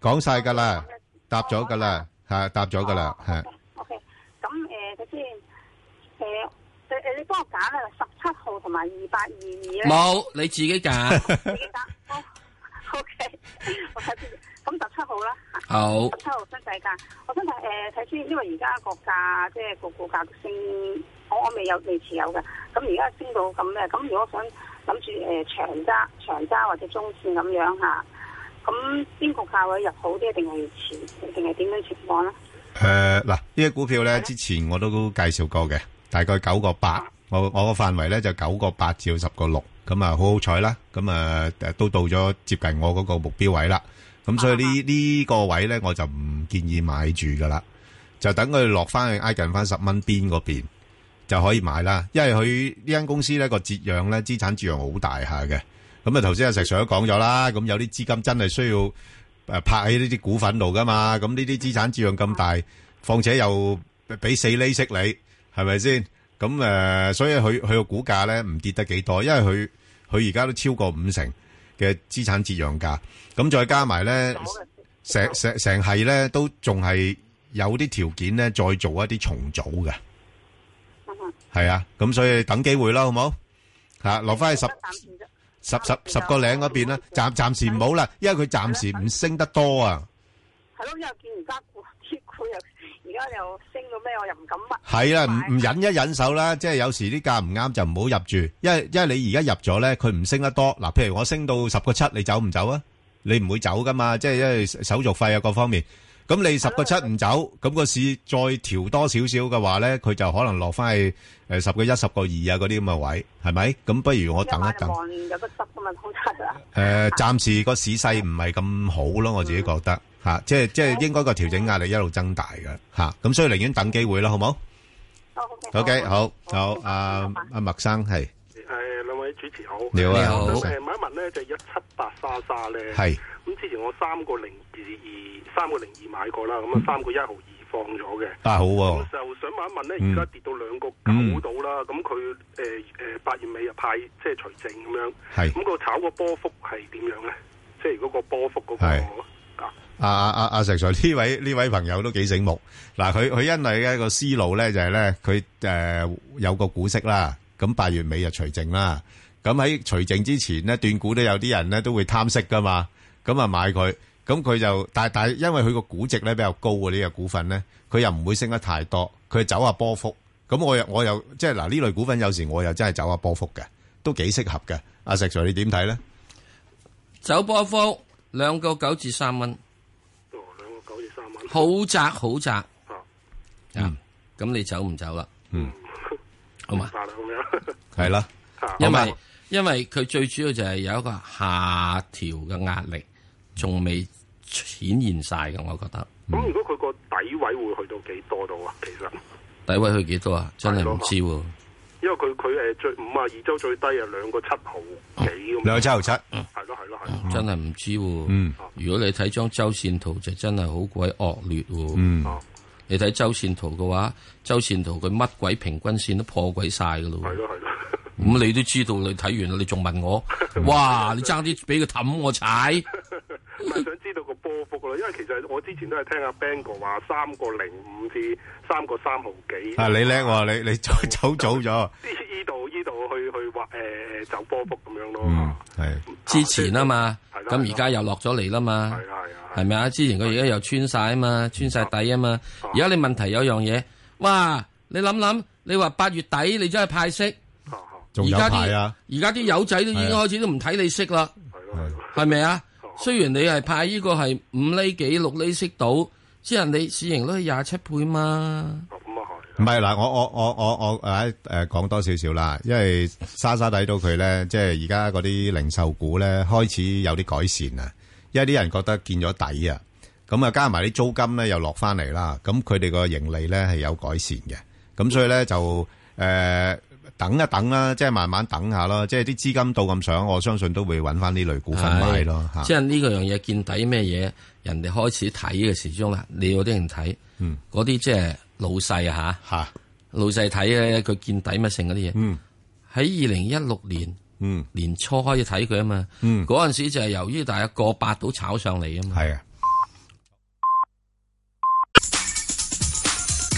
B: 講晒㗎啦，答咗㗎啦，係答咗㗎啦，係
F: O K，咁誒，首先誒，誒你幫我揀啊，十七號同埋二八二二咧，
C: 冇，你自己揀。
F: 自己揀。O K，我睇先，咁十七號啦，
C: 好
F: 十，七號新世界，我想睇誒睇先，因為而家個價即係個股價升，我我未有未持有嘅，咁而家升到咁咧，咁如果想諗住誒長揸長揸或者中線咁樣嚇，咁邊個價位入好啲，定係持定係點樣情況咧？
B: 誒呃嗱，呢只股票咧之前我都介紹過嘅，大概九個八，我我個範圍咧就九個八至到十個六，咁啊好好彩啦，咁啊誒都到咗接近我嗰個目標位啦，咁所以呢呢個位咧我就唔建議買住噶啦，就等佢落翻去挨近翻十蚊邊嗰邊就可以買啦，因為佢呢間公司咧個折讓咧資產折讓好大下嘅，咁啊頭先阿石 Sir 都講咗啦，咁有啲資金真係需要。誒拍喺呢啲股份度噶嘛，咁呢啲資產質量咁大，況且又俾四厘息你，係咪先？咁誒、呃所以佢佢個股價咧唔跌得幾多，因為佢佢而家都超過五成嘅資產折讓價，咁再加埋咧，成成成係咧都仲係有啲條件咧，再做一啲重組嘅，係啊，咁所以等機會啦，好冇？嚇、落翻去十。十十十個零嗰邊啦，暫暫時唔好啦，因為佢暫時唔升得多啊。
F: 係咯，因為見而家股啲股又而家又升到咩，我又唔敢乜。
B: 係啦，唔唔忍一忍手啦，即係有時啲價唔啱就唔好入住，因為因為你而家入咗咧，佢唔升得多。嗱，譬如我升到十個七，你走唔走啊？你唔會走噶嘛，即係因為手續費啊各方面。咁你十個七唔走，咁個市再調多少少嘅話咧，佢就可能落翻去誒十個一、十個二啊嗰啲咁嘅位，係咪？咁不如我等一等。
F: 望有得執噶嘛，好得啊！
B: 誒，暫時個市勢唔係咁好咯，我自己覺得嚇，即係即係應該個調整壓力一路增大嘅嚇，咁所以寧願等機會啦，好冇？OK，好，好，阿阿麥生係，
H: 誒兩位主持好，
B: 你好
C: 你
B: 啊，
C: 好
H: 我
B: 麥
H: 想
B: 生
H: 誒問一問咧，就一七八莎莎咧，
B: 係
H: 咁之前我三個零二二三個零二買過啦，咁啊三個一毫二放咗嘅，
B: 啊，好
H: 咁
B: 喎，
H: 就想問一問
B: 嗯
H: 咧，而家跌到兩個
B: 嗯
H: 九度啦，咁佢誒誒八月尾又派即係除淨咁樣，
B: 係
H: 咁個炒個波幅係點樣咧？即係嗰個波幅嗰
B: 係
H: 個啊，
B: 阿阿阿阿石 Sir 呢位呢位朋友都幾醒目。嗱，佢佢因為咧個思路咧就係咧佢誒有個股息啦，咁八月尾就除淨啦。咁喺除淨之前咧，斷股都有啲人咧都會貪息噶嘛，咁啊買佢，咁佢就但但係因為佢個估值咧比較高嘅呢個股份咧，佢又唔會升得太多，佢走下波幅。咁我又我又即係嗱呢類股份有時我又真係走下波幅嘅，都幾適合嘅。阿石 Sir 你點睇咧？
C: 走波幅兩個九至三蚊，
H: 哦兩個九至三蚊，
C: 好窄好窄。
H: 啊
C: 啊，咁你走唔走啦？
B: 嗯，
C: 好嘛，
H: 八啦咁樣
B: 係啦，
H: 啊
C: 因
B: 好
C: 為因為佢最主要就係有一個下調嘅壓力，仲未顯現晒嘅，我覺得。
H: 咁如果佢個底位會去到幾多度啊？其實？
C: 底位去幾多啊？真係唔知喎。
H: 因為佢佢誒最五啊二周最低啊兩個七毫幾咁，
B: 兩個七毫七，
H: 係咯係咯係咯，啊
C: 真係唔知喎。
B: 嗯
C: 如果你睇張周線圖就真係好鬼惡劣喎。
B: 嗯。
C: 你睇周線圖嘅話，周線圖佢乜鬼平均線都破鬼晒噶咯喎
H: 係。咯係 咯，
C: 咁你都知道，你睇完啦，你 仲問我，哇！你爭啲俾佢氹我踩，
H: 啊唔係想知道個波幅噶啦，因為其實我之前都係聽阿 Bang 哥話三個零五至三個三毫幾。
B: 啊，你叻喎，你你早早早咗，
H: 呢度呢度去去畫誒走波幅咁樣咯。
B: 嗯，系
C: 之前啊嘛，
H: 係啦
C: 咁而家又落咗嚟啦嘛
H: 係，啦係啦，
C: 係咪啊？之前佢而家又穿晒啊嘛，穿晒底啊嘛。而家你問題有樣嘢，哇！你諗諗，你話八月底你真係派息，
H: 嚇嚇
B: 仲有
C: 而家
B: 排
C: 啲
B: 啊，
C: 而家啲友仔都已經
B: 係啊
C: 開始都唔睇你息啦，
H: 係咯係咯，
B: 嗯
C: 係咪啊？雖然你係派呢個係五厘幾六厘息到，之人你市盈率係廿七倍嘛，
H: 咁啊
B: 唔
H: 係。
B: 係嗱，我我我我我誒誒講多少少啦，因為莎莎睇到佢咧，即係而家嗰啲零售股咧開始有啲改善啦，因為啲人覺得見咗底啊，咁啊加埋啲租金咧又落翻嚟啦，咁佢哋個盈利咧係有改善嘅，咁所以咧就誒、呃等一等啦，即係慢慢等下咯，即係啲資金到咁上，我相信都會揾翻呢類股份買咯嚇。
C: 即係呢個樣嘢見底咩嘢，人哋開始睇嘅時鐘啦，你有啲人睇，
B: 嗯
C: 嗰啲即係老細啊吓。
B: 嚇，
C: 老細睇咧，佢見底乜剩嗰啲嘢。
B: 嗯
C: 喺二零一六年
B: 嗯
C: 年初開始睇佢啊嘛，
B: 嗯，
C: 嗰陣時就係由於大家過百度炒上嚟啊嘛。
B: 係啊。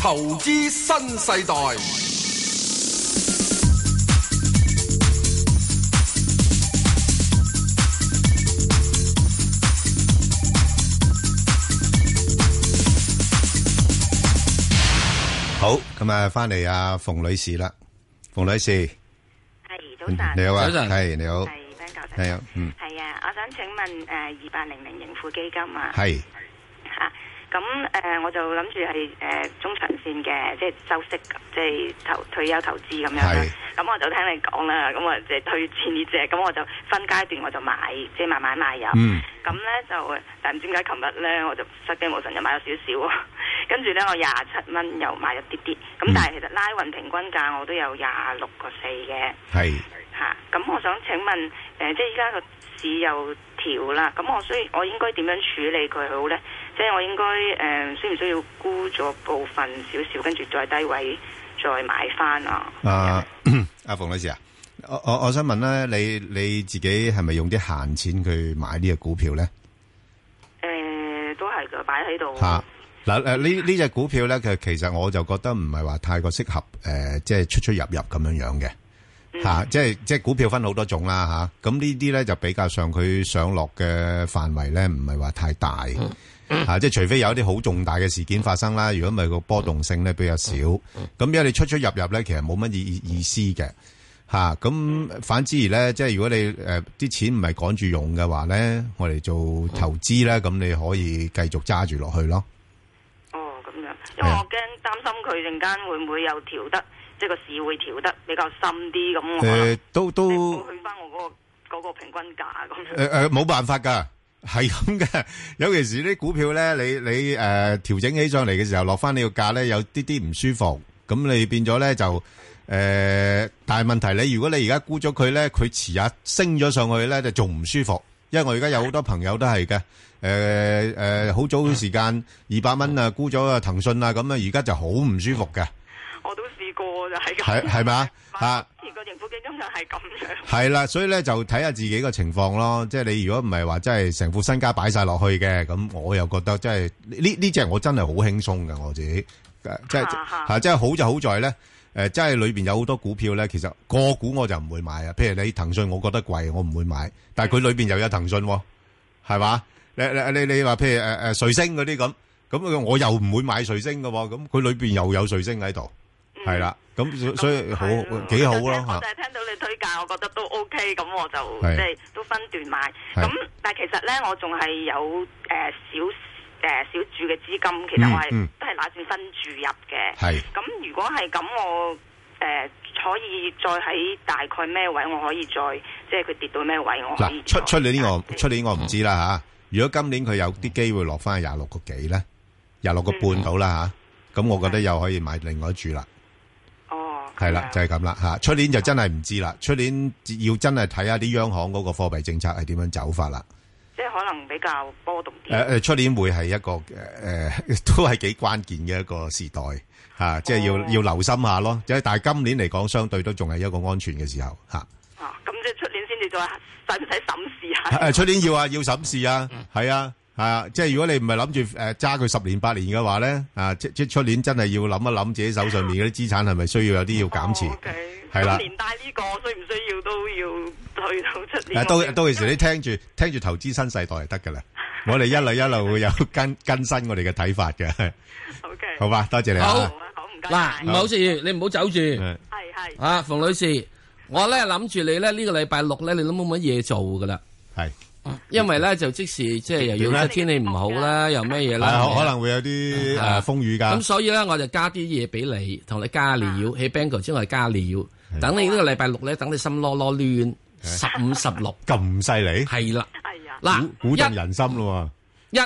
A: 投資新世代，
B: 好，咁啊，翻嚟阿冯女士啦，冯女士，
I: 系早晨，
B: 你好啊，
C: 早晨
B: 系你好，
I: 系 Ben 教授，
B: 系啊，嗯，
I: 系啊，我想请问诶二八零零盈富基金啊，
B: 系，
I: 吓咁诶我就諗住係诶中長線嘅，即係收息，即係投退休投資咁樣啦
B: 係。
I: 咁我就聽你講啦，咁我即係推薦呢只，咁我就分階段我就買，即係慢慢買入。
B: 嗯，
I: 咁咧就，呃但唔知點解琴日咧我就失驚無神就買咗少少， 跟住咧我廿七蚊又買咗啲啲，
B: 嗯
I: 咁但係其實拉運平均價我都有廿六個四嘅。
B: 系，
I: 嚇，咁、我想請問，誒、即係依家個市又調啦，咁我需我應該點樣處理佢好呢？即係我應該誒、需唔需要沽咗部分少少，跟住再低位再買翻啊？
B: 啊， 阿冯女士啊，我我我想问咧，你你自己系咪用啲闲钱去买呢只股票咧？
I: 誒、都係嘅，擺喺度。
B: 吓嗱诶，呢呢只股票咧，佢其實我就覺得唔係話太過適合诶，呃即係出出入入咁樣樣嘅吓，即係即系股票分好多種啦吓，咁呢啲咧就比較上佢上落嘅範圍咧，唔係話太大吓，即係除非有一啲好重大嘅事件發生啦，如果唔係個波動性咧比較少，咁因為你出出入入咧，其實冇乜意意思嘅。吓咁、反之而咧，即係如果你诶啲、錢唔係趕住用嘅話咧，我哋做投資咧，咁你可以繼續揸住落去咯。
I: 哦，咁樣，因為
B: 啊
I: 我驚擔心佢陣間會唔會又調得，即係個市會調得比較深啲，咁我可能
B: 诶、都
I: 即
B: 都
I: 係會去翻我嗰、個嗰個平均價咁樣。
B: 诶诶，冇、辦法㗎，係咁嘅。尤其是啲股票咧，你你诶调、整起上嚟嘅時候，落翻呢個價咧，有啲啲唔舒服。咁你變咗咧就诶、誒但係問題你如果你而家沽咗佢咧，佢遲下升咗上去咧，就仲唔舒服。因為我而家有好多朋友都係嘅，诶、誒好、早時間二百蚊啊沽咗啊騰訊啊，咁啊而家就好唔舒服嘅，
I: 我都試過就係咁。
B: 係係咪啊？啊
I: 之前個盈富基金就係咁樣。
B: 系啦，所以咧就睇下自己個情況咯。即係你如果唔係話真係成副身家擺晒落去嘅，咁我又覺得真係呢呢只我真係好輕鬆嘅我自己，呃即係
I: 啊哈
B: 吓，即係好就好在咧。誒，即係裏邊有好多股票咧，其實個股我就唔會買啊。譬如你騰訊，我覺得貴，我唔會買。但係佢裏邊又有騰訊喎，係嘛？你你你你話譬如誒誒瑞星嗰啲咁，咁我又唔會買瑞星嘅喎。咁佢裏邊又有瑞星喺度，係啦。咁所所以好
I: 嗯係啊咯
B: 幾好咯
I: 我
B: 嚇
I: 就。係聽到你推介，我覺得都 OK，咁我就
B: 係
I: 即係都分段買。
B: 係
I: 咁但係其實咧，我仲係有誒少誒少注嘅資金，其
B: 嗯
I: 實我係
B: 嗯
I: 都係打算新注入嘅。
B: 係
I: 咁如果係咁，我誒可以再喺大概咩位，我可以再即係佢跌到咩位，我可以
B: 嗱，出
I: 再
B: 出年呢
I: 買
B: 我出年我唔知啦吓。如果今年佢有啲機會落翻去廿六個幾咧，廿六個半到啦吓，咁我覺得又可以買另外一注啦，
I: 哦，
B: 係啦，
I: 咁樣
B: 就係咁啦吓。出年就真係唔知啦，出年要真係睇下啲央行嗰個貨幣政策係點樣走法啦。
I: 即係可能比較波動啲。
B: 誒誒，出年會係一個誒 誒，都係幾關鍵嘅一個時代吓，即係要
I: 哦
B: 要留心下咯。即係但係今年嚟講，相對都仲係一個安全嘅時候吓。
I: 啊，咁即係出年先至再使唔使審視下？
B: 誒，出年要啊，要審視啊，係啊，嚇，啊，即係如果你唔係諗住诶揸佢十年八年嘅話咧，啊，即即出年真係要諗一諗自己手上面嗰啲資產係咪需要有啲要減持，係啦、
I: 連帶呢個需唔需要都要去到出
B: 啊
I: 年？
B: 到到时你聽住聽住投資新世代就得噶啦，我哋一路一路會有跟 更新我哋嘅睇法嘅，
I: O K，
B: 好吧，多謝你啊。
C: 好
I: 好唔 該
C: 嗱，
I: 晒
C: 唔好住，你唔好走住。
B: 誒
I: 係係。
C: 啊，冯女士，我咧諗住你咧呢個禮拜六咧，你都冇乜嘢做噶啦，
B: 係
C: 因為咧就即時即係又
B: 點
C: 要
B: 咧
C: 天氣唔好啦，又咩嘢啦，
B: 啊可能會有啲
C: 係啊
B: 诶风雨㗎
C: 咁，所以咧我就加啲嘢俾你，同你加料
B: 啊
C: 喺 Bangor 之外加料，等你呢個禮拜六咧，等你心囉囉攣，十五十六
B: 咁犀利，
C: 係啦，
I: 系啊，
C: 嗱
B: 鼓鼓動
C: 一
B: 人心咯
C: 一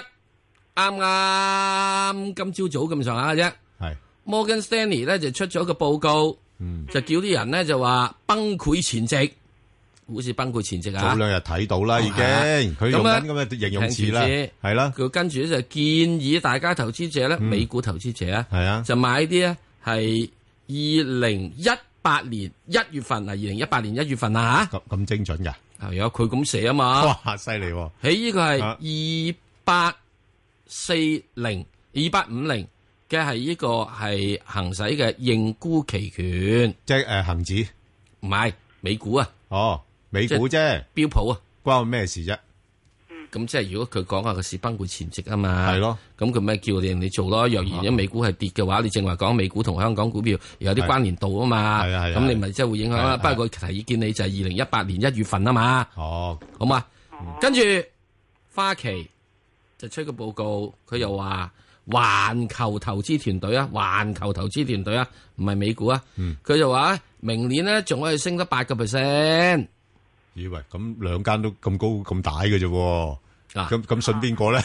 C: 啱啱今朝早咁上下嘅啫。
B: 喎，係
C: Morgan Stanley 咧就出咗個報告，
B: 嗯
C: 就叫啲人咧就話崩潰前夕，股市崩潰前夕
B: 早
C: 啊。
B: 兩日睇到啦，已經
C: 啊
B: 佢用緊咁嘅形容詞啦
C: 聽住先，
B: 係啦，
C: 佢跟住咧就建議大家投資者咧，美股投資者啊，
B: 係啊，
C: 就買啲咧係二零一八年一月份啊，二零一八年一月份啊
B: 咁咁精準㗎，
C: 吓，係啊，佢咁寫啊嘛，
B: 哇，犀利喎！
C: 喺呢個係二八四零二八五零嘅係呢個係行使嘅認沽期權。
B: 即係诶恒指，
C: 唔係美股啊，
B: 哦，美股啫，
C: 標普啊，
B: 關我咩事啫？
C: 咁即係如果佢講下個市崩潰前夕啊嘛，
B: 係咯，
C: 咁佢咪叫你你做咯。若然
B: 啊
C: 咗美股係跌嘅話，你正話講美股同香港股票有啲關聯度啊嘛，
B: 係啊係啊
C: 咁你咪即係會影響
B: 係
C: 啦。
B: 啊係啊
C: 不過佢提意見你就係二零一八年一月份啊嘛，
B: 哦，
C: 好嘛？跟住
B: 嗯
C: 花旗就出個報告，佢又話環球投資團隊啊，環球投資團隊啊，唔係美股啊，
B: 嗯
C: 佢就話明年咧仲可以升得八個 percent。
B: 以為咁兩間都咁高咁大嘅啫喎，
C: 嗱
B: 咁咁信邊個咧？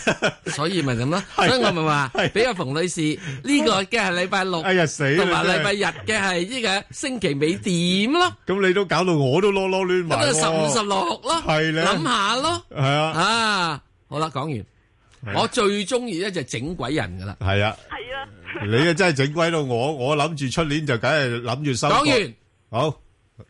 C: 所以咪咁咯，所以我咪話俾阿馮女士呢個嘅係禮拜六，
B: 哎呀死啦
C: 同埋
B: 真係
C: 禮拜日嘅係呢個星期尾點咯，
B: 咁你都搞到我都囉囉攣
C: 咁
B: 埋
C: 就
B: 喎，
C: 十五十六咯，
B: 係咧
C: 諗下咯，
B: 係啊，
C: 啊，好啦，講完，我最中意咧就整鬼人噶啦，
B: 係啊，
I: 係啊，
B: 你啊真係整鬼到我，我諗住出年就梗係諗住收
C: 講
B: 割
C: 完。
B: 好，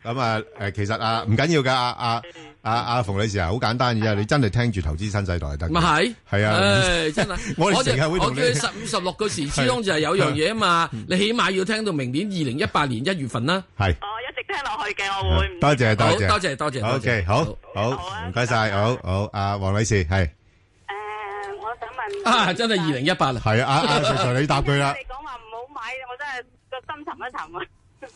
B: 咁啊，誒，其實啊，唔緊要㗎，啊，啊，啊，啊，馮女士啊，好簡單嘅啫，你真係聽住投資新世代就得嘅。
C: 咪係
B: 係啊
C: 唉真係
B: 我
C: 就
B: 哋成日會
C: 我
B: 同
C: 叫
B: 你
C: 你十五十六個時之中就係有樣嘢啊嘛，你起碼要聽到明年二零一八年一月份啦。
B: 係，
I: 我哦一直聽落去嘅，我會唔
B: 多謝，
C: 好，
B: 多謝。
C: 多謝多謝多謝。
B: OK，好，好，
I: 好啊，
B: 唔該晒，
I: 唔該晒。
B: 好，好，啊，黃女士，係，係啊，啊，
F: 诶、我想問
C: 啊，真係二零一八啦。
B: 啊，石 Sir，你答佢啦。
F: 你講話唔好買，我真係個心沉一沉啊！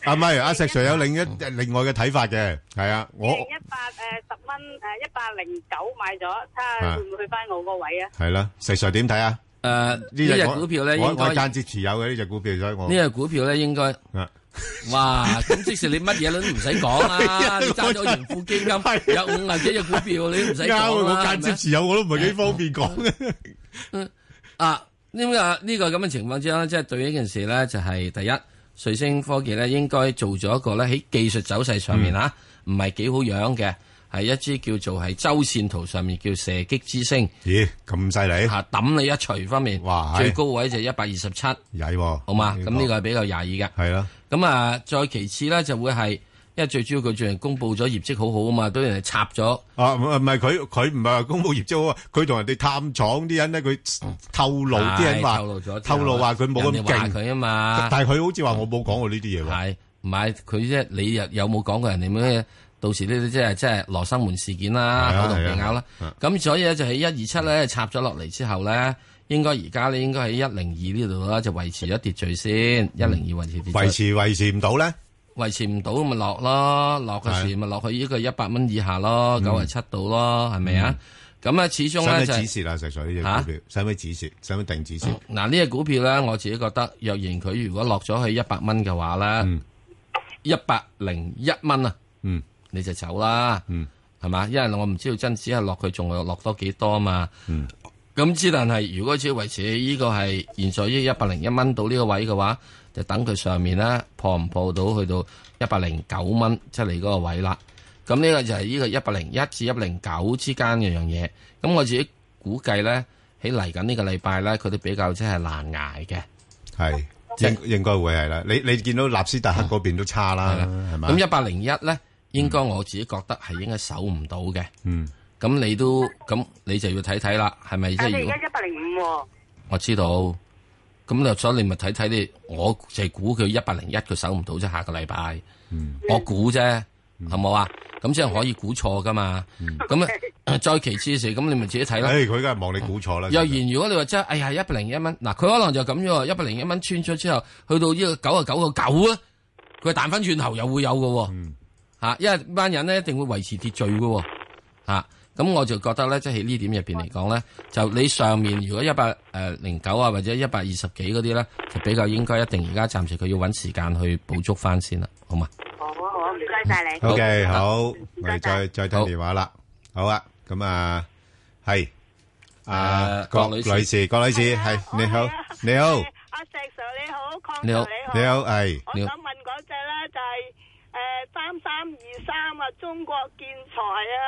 B: 啊，唔係，啊，石 Sir 有另一-另外嘅睇法嘅，係啊，我-
F: 二零一八诶十蚊诶一百零九買咗，睇下會唔會去翻我個位啊？
B: 係啦，石 Sir 點睇啊？呢隻
C: 誒，呢只
B: 我-
C: 股票咧
B: 我-
C: 應該。
B: 我間接持有嘅呢隻股票，所以我-
C: 呢只股票咧，應該哇！咁即使你乜嘢都唔使講
B: 啊
C: 啦，你揸咗盈富基金有五啊幾隻股票，你都唔使講啦。係咪
B: 啱啊，我間接持有，我都唔係幾方便講。
C: 啊，呢個呢個咁嘅情況之下咧，即係對呢件事咧，就係第一，瑞星科技咧應該做咗一個咧喺技術走勢上面啊，唔
B: 嗯
C: 係幾好樣嘅，係一支叫做係周線圖上面叫射擊之星
B: 咦，咁犀利？
C: 嚇抌你一錘方面
B: 哇，
C: 最高位就一百二十七，
B: 曳喎，
C: 好嘛？
B: 呢
C: 咁
B: 個。
C: 呢個係比較曳嘅。
B: 係啦。
C: 咁啊，再其次咧就會係，因為最主要佢最近公布咗業績好好啊嘛，都有人哋插咗，
B: 啊，唔唔係佢佢唔係話公布業績好啊，佢同人哋探廠啲人咧，佢透露啲人話
C: 唉透露咗之後，
B: 透露話佢冇咁
C: 人哋話
B: 勁，
C: 佢啊嘛，
B: 但係佢好似話我冇講過呢啲嘢喎。
C: 係唔係佢啫？你又有冇講過人哋咩？到時呢啲即係即係羅生門事件啦，
B: 係啊
C: 口同鼻咬啦
B: 係啊。
C: 咁所以咧就喺一二七咧插咗落嚟之後咧，應該而家咧應該喺一零二呢度啦，就維持咗秩序先，一零二維持秩
B: 維
C: 序，
B: 持維持唔到咧，
C: 維持唔到咪落咯，落嘅時咪落去呢個一百蚊以下咯，九啊七度咯，係咪啊？咁啊，始
B: 使
C: 終
B: 唔
C: 咧
B: 使
C: 就係
B: 止蝕啊？石 Sir 呢只股票，使唔使止蝕？使唔使定止蝕？
C: 嗱呢只股票咧，我自己覺得，若然佢如果落咗去一百蚊嘅話咧
B: 嗯，
C: 一百零一蚊啊，
B: 嗯，
C: 你就走啦，
B: 嗯，
C: 係嘛？因為我唔知道真只係落佢仲有落多幾多嘛，嗯。咁之但係，如果只要維持呢個係現在呢一百零一蚊到呢個位嘅話，就等佢上面咧破唔破到去到一百零九蚊，即係你嗰個位啦。咁呢個就係呢個一百零一至一百零九之間嘅樣嘢。咁我自己估計咧，喺嚟緊呢個禮拜咧，佢都比較即係難捱嘅。
B: 係應應該會係啦。你你見到納斯達克嗰邊都差啦，係嘛？
C: 咁一百零一咧，應該我自己覺得係應該守唔到嘅。
B: 嗯，
C: 咁咁你都咁你就要睇睇啦，係咪即係
I: 但
C: 如
I: 係你
C: 果
I: 而家一百零五喎，
C: 我知道，咁就所以你咪睇睇你，我就係估佢一百零一佢守唔到啫，下個禮拜，我估啫，係冇啊？咁即係可以估錯噶嘛？咁啊，再其次嘅時，咁你咪自己睇啦。
B: 唉，佢梗係望你估錯啦。
C: 若然如果你話真係，哎呀一百零一蚊，嗱佢可能就咁樣喎，一百零一蚊穿咗之後，去到呢個九啊九個九啊，佢彈翻轉頭又會有嘅喎、嚇因為班人咧一定會維持秩序嘅喎、嚇咁我就覺得咧，即係呢點入邊嚟講咧，就你上面如果一百誒零九啊或者一百二十幾嗰啲咧，就比較應該一定而家暫時佢要揾時間去補足翻先啦，好嘛？
I: 好啊好啊，唔該晒你。
B: OK，
C: 好。
B: 好，我哋再-再聽
C: 好。
B: 電話啦。好啊，咁啊，係，啊，
C: 誒，
B: 郭
C: 郭女
B: 女士，郭女士，係，你好，你好，
E: 阿石 Sir 你好，邝
C: 你好
E: Sir 你好，
B: 你好，係，
E: 我想問嗰只咧就係诶三三二三啊，中國建材啊，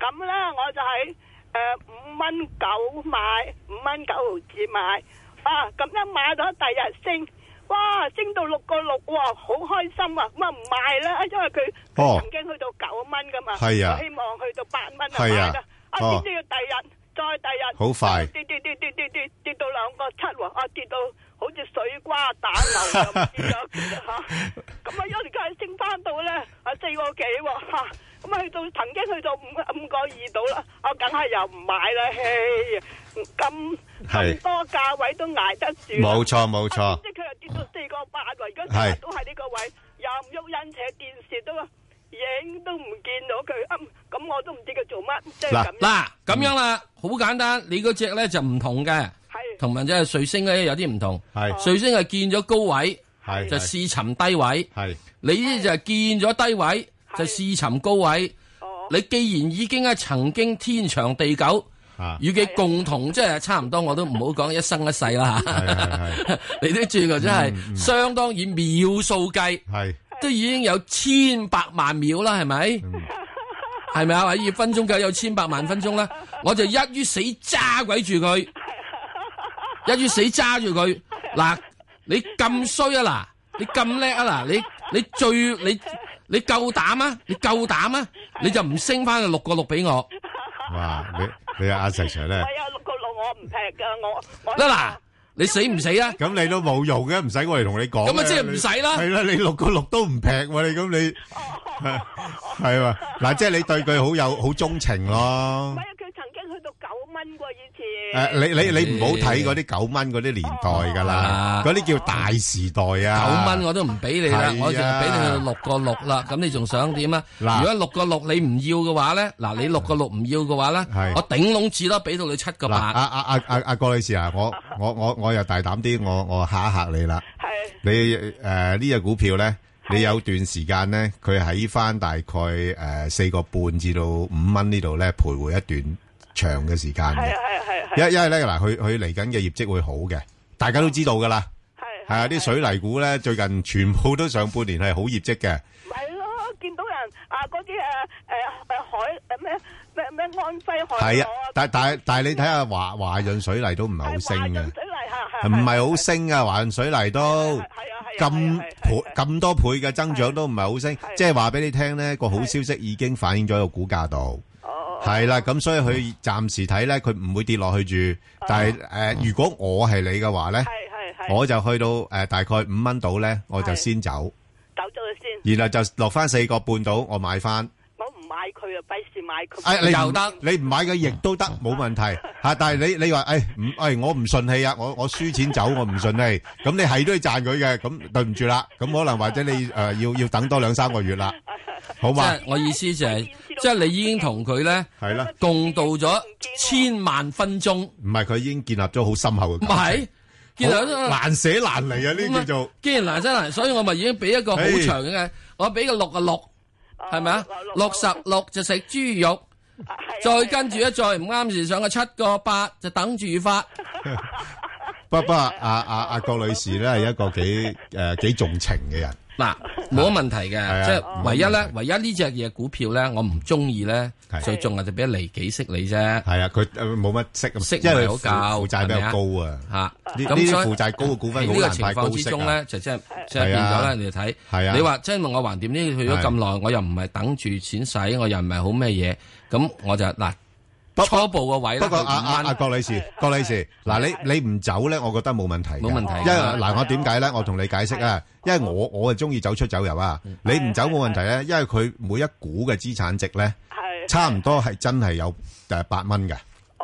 E: 咁咧我就喺诶五蚊九買，五蚊九毫子買，啊咁一買咗第日升，哇升到六個六喎，好開心啊！咁啊唔賣啦，因為佢
B: 哦
E: 佢曾經去到九蚊噶嘛，
B: 係啊
E: 我希望去到八蚊啊
B: 係啊
E: 買啦，啊
B: 哦
E: 點知要第日再第日啊
B: 好快
E: 跌跌跌跌跌跌跌到兩個七喎，啊跌到好似水瓜打牛咁跌咗跌咗嚇，咁啊一而家升翻到咧啊四個幾喎嚇咁啊去到曾經去到五五個二度啦，啊我梗係又唔買啦，嘿，咁
B: 係
E: 咁多價位都捱得住啦，
B: 冇錯冇錯
E: 啊點知佢又跌到四個八喎，而家成日
B: 係
E: 都係呢個位，又唔喐因且電視都影都唔見到佢，啊咁我都唔知佢做乜，即係咁樣。
C: 嗱咁樣啦，好簡單，你嗰只咧就唔同嘅，同埋即係瑞星咧有啲唔同。
B: 係
C: 瑞星係見咗高位，
B: 係
C: 就
B: 係
C: 試沉低位。
B: 係
C: 你呢就係見咗低位，就試沉高位。
B: 哦
C: 你既然已經係曾經天長地久
B: 啊。
C: 與佢共同即係差唔多，我都唔好講一生一世啦嚇。 你都知佢真係
B: 嗯
C: 相當以秒數計，都已經有千百萬秒啦，係咪？係咪啊？或者以分鐘計有千百萬分鐘啦，我就一於死揸鬼住佢，一於死揸住佢。嗱，你咁衰啊嗱，你咁叻啊嗱，你你最你你夠膽啊？你夠膽啊？你就唔升翻去六個六俾我。
B: 係，哇，你-你阿石Sir呢，
C: 嗱嗱，你死唔死啊？
B: 咁你都冇用嘅，唔使我哋同你
C: 咁
B: 講
C: 啊，
B: 嘅，
C: 即係唔
B: 你-
C: 使啦。
B: 係啦，你六個六都唔劈喎，你咁你- 係嘛，嗱，即係你對佢好有-好鍾情咯。誒，你-你-你唔好睇嗰啲9蚊嗰啲年代㗎啦，嗰啲叫大時代啊。
C: 哦九蚊我都唔俾你啦
B: 係啊，
C: 我淨係俾你去六個六啦。咁你仲想點啊？如
B: 嗱
C: 果六個六你唔要嘅話咧，嗱你六個六唔要嘅話咧
B: 係，
C: 我頂籠至多俾到你七個
B: 嗱，
C: 八。
B: 阿-阿-阿-阿-阿郭女士啊，我-我-我-我又大膽啲，我-我嚇一嚇你啦。你，誒，呢隻股票呢，你有段時間呢，佢喺返大概，誒，4.5至到5蚊呢度呢，徘徊一段長嘅時間嘅。因-因為呢，嗱，佢-佢嚟緊嘅業績會好嘅，大家都知道㗎啦。係啊，啲水泥股呢，最近全部都上半年係好業績嘅。係啊，但-但-但係你睇下華-華潤水泥都唔係好升嘅。唔係好升啊，華潤水泥都。咁倍-咁多倍嘅增長都唔係好升，啊即係話俾你聽呢，個好消息已經反映咗喺個股價度。哦係啦，咁所以佢暫時睇呢，佢唔會跌落去住。但係，哦呃誒，如果我係你嘅話呢，我就去到，誒，大概5蚊度呢，我就先走。然後就落返4.5度，我買返。哎，你唔-你唔買嘅亦都得，冇問題。嚇，但係你-你話，哎，唔-哎，我唔順氣啊，我-我輸錢走，我唔順氣。咁你係都要賺佢嘅，咁對唔住啦。咁可能或者你，誒，要-
C: 即
B: 要等多兩三個月啦。好嘛？
C: 係我意思就係，即係你已經同佢咧，
B: 係啦
C: 共度咗千萬分鐘，唔
B: 唔係，佢已經建立咗好深厚嘅
C: 係
B: 感情。？
C: 見到
B: 好-難捨難離啊，呢叫做。
C: 既然難真難，所以我咪已經俾一個好長嘅，我俾個六啊六，係咪啊？六啊十六就食豬肉，再跟住一再唔啱時上個七個八就等住發。
B: 不-不過，阿-阿-阿郭女士呢，係一個幾-誒，幾重情嘅人。
C: 嗱，冇乜問題嘅，啊即係哦唯一咧，唯一呢只嘢股票咧，我唔中意咧，最重係就俾利幾息你啫。係
B: 啊，佢冇乜息，
C: 息唔
B: 因
C: 係
B: 為
C: 好
B: 負
C: 夠，
B: 負債比較
C: 係咪
B: 高啊
C: 嚇，
B: 呢
C: 咁
B: 呢啲
C: 所以
B: 負債高嘅股份
C: 喺
B: 好
C: 呢個
B: 難
C: 情
B: 派
C: 況
B: 高
C: 之
B: 息
C: 中
B: 啊
C: 咧，就即係即係
B: 係
C: 變
B: 啊
C: 咗咧，你就睇。
B: 係啊
C: 你話即係我橫掂呢？去咗咁耐，我又唔係等住錢使，我又唔係好咩嘢，咁我就嗱初步個位
B: 不
C: 咧，
B: 過
C: 佢
B: 啊阿
C: 五
B: 阿
C: 蚊
B: 阿郭女士，郭女士，嗱你你唔走咧，我覺得冇問題嘅。
C: 冇問題
B: 因為嗱，我點解咧？我同你解釋啊，因為我我係中意走出走入啊。
C: 嗯
B: 你唔走冇問題啊咧，因為佢每一股嘅資產值咧，差唔多係真係有誒八蚊嘅。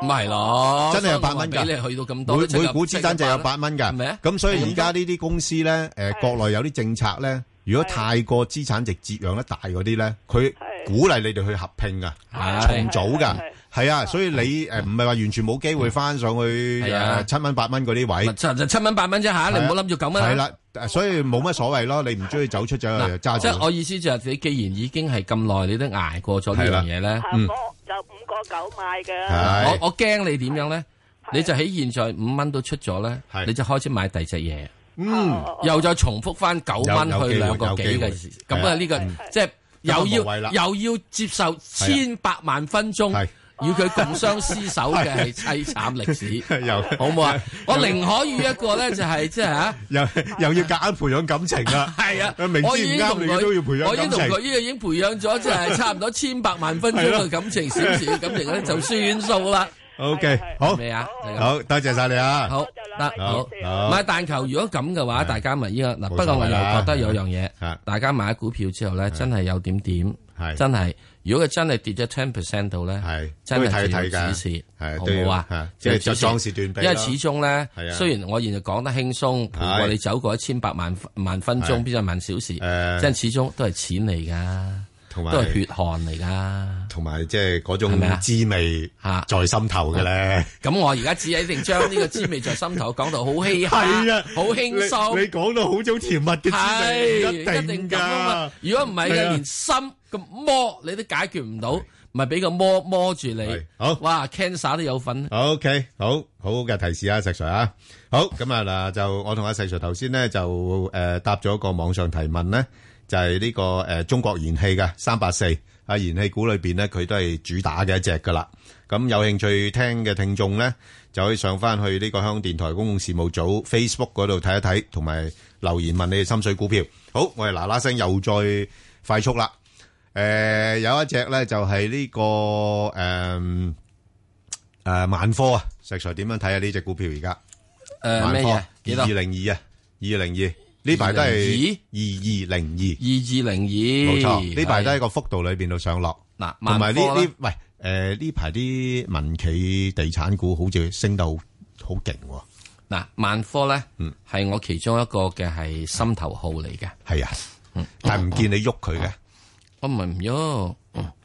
C: 唔係咯，
B: 真係有八
C: 所以
B: 蚊㗎，
C: 我咪俾你去到咁多，
B: 每
C: 即係
B: 每股資產就有八蚊
C: 係咪啊
B: 㗎。咁所以而家呢啲公司咧，誒國內有啲政策咧，如果太過資產值折讓得大嗰啲咧，佢鼓勵你哋去合併㗎，重
C: 係
B: 組㗎。係啊，所以你誒唔係話完全冇機會翻上去
C: 係啊
B: 誒七蚊八蚊嗰啲位，
C: 就就七蚊八蚊啫嚇，你唔好諗住九蚊啊
B: 係啦，所以冇乜所謂咯，你唔中意走出就
C: 嗱
B: 啊揸
C: 即係
B: 住。
C: 我意思就係你既然已經係咁耐，你都捱過咗呢樣嘢咧，
B: 嗯
J: 就五個九買嘅，
C: 我我驚你點樣咧？你就喺現在五蚊都出咗咧，你就開始買第二隻嘢，
B: 嗯，
C: 又再重複翻九蚊
B: 有有
C: 去
B: 機會
C: 兩個幾
B: 有機會
C: 嘅時，咁
B: 係
C: 啊
B: 啊
C: 呢個即係又
B: 咁啊無謂啦啊
C: 要又要接受千百萬分鐘。與佢共相廝守嘅係凄慘歷 史，
B: 又
C: 好唔好啊？我寧可遇一個咧，就係即係啊嚇，
B: 又又要夾硬培養感情啦。
C: 係啊，
B: 明
C: 我
B: 知
C: 已
B: 唔
C: 經
B: 啱
C: 同
B: 你
C: 佢
B: 嘅都要培養
C: 我已經
B: 感
C: 同佢
B: 情。
C: 呢個已經培養咗，即係差唔多千百萬分鐘嘅感情，小時嘅感情咧就算數 啦。
B: O K，好，
C: 咩啊？
B: 好多謝晒你啊。
C: 好得好
B: 好
C: 買彈球，如果咁嘅話，大家咪依家嗱。不
B: 冇所謂啦
C: 過我又覺得有樣嘢，大家買咗股票之後咧，真係有點點，真係如果佢真係跌咗 ten percent 度咧，真
B: 都要
C: 係
B: 睇睇
C: 就要指
B: 㗎
C: 示，
B: 係
C: 好
B: 都要
C: 唔好啊
B: 嚇？即
C: 就
B: 係
C: 要指示
B: 壯士斷臂
C: 因為
B: 咯
C: 始終
B: 係
C: 咧，
B: 啊
C: 雖然我現在講得輕鬆，陪過
B: 係
C: 你走過一千百萬萬分鐘，
B: 係
C: 邊有萬小時，即係始終都係錢嚟噶，
B: 同埋
C: 都係血汗嚟噶。
B: 同埋即係嗰
C: 係咪啊
B: 種滋味在心頭嘅咧。
C: 咁我而家只係一定將呢個滋味在心頭講到好稀罕，
B: 係啊，
C: 好輕鬆
B: 你你。講到好種甜蜜嘅滋味，
C: 係
B: 唔一定
C: 咁啊
B: 㗎
C: 嘛。。如果唔係嘅，
B: 係啊
C: 連心個魔你都解決唔到，咪俾個魔魔住你。
B: 好，
C: 哇，cancer 都有份。
B: OK，好好嘅提示啊，石 Sir 啊，好咁啊嗱，就我同阿石 Sir 頭先咧就誒答咗一個網上提問咧，就係呢個誒中國燃氣嘅三八四啊，燃氣股裏邊咧佢都係主打嘅一隻噶啦。咁有興趣聽嘅聽眾咧，就可以上翻去呢個香港電台公共事務組 Facebook 嗰度睇一睇，同埋留言問你哋心水股票。好，我哋嗱嗱聲又再快速啦。誒有一隻咧就係呢個誒。诶，萬科啊，石 Sir 點樣睇啊？呢只股票而家
C: 誒
B: 萬
C: 咩
B: 科
C: 嘢幾多
B: 二零二啊，二零二呢排都係二二零
C: 二，二二零
B: 冇
C: 二，
B: 錯，呢排都喺個幅度裏边度上落。
C: 嗱
B: 同埋呢嗯
C: 萬科啦
B: 呢喂诶呢排啲民企地產股好似升到好勁喎。
C: 嗱，萬科咧，
B: 嗯
C: 係我其中一個嘅係心頭好嚟嘅。
B: 係啊，但係唔見你喐佢嘅。
C: 我唔係唔喐，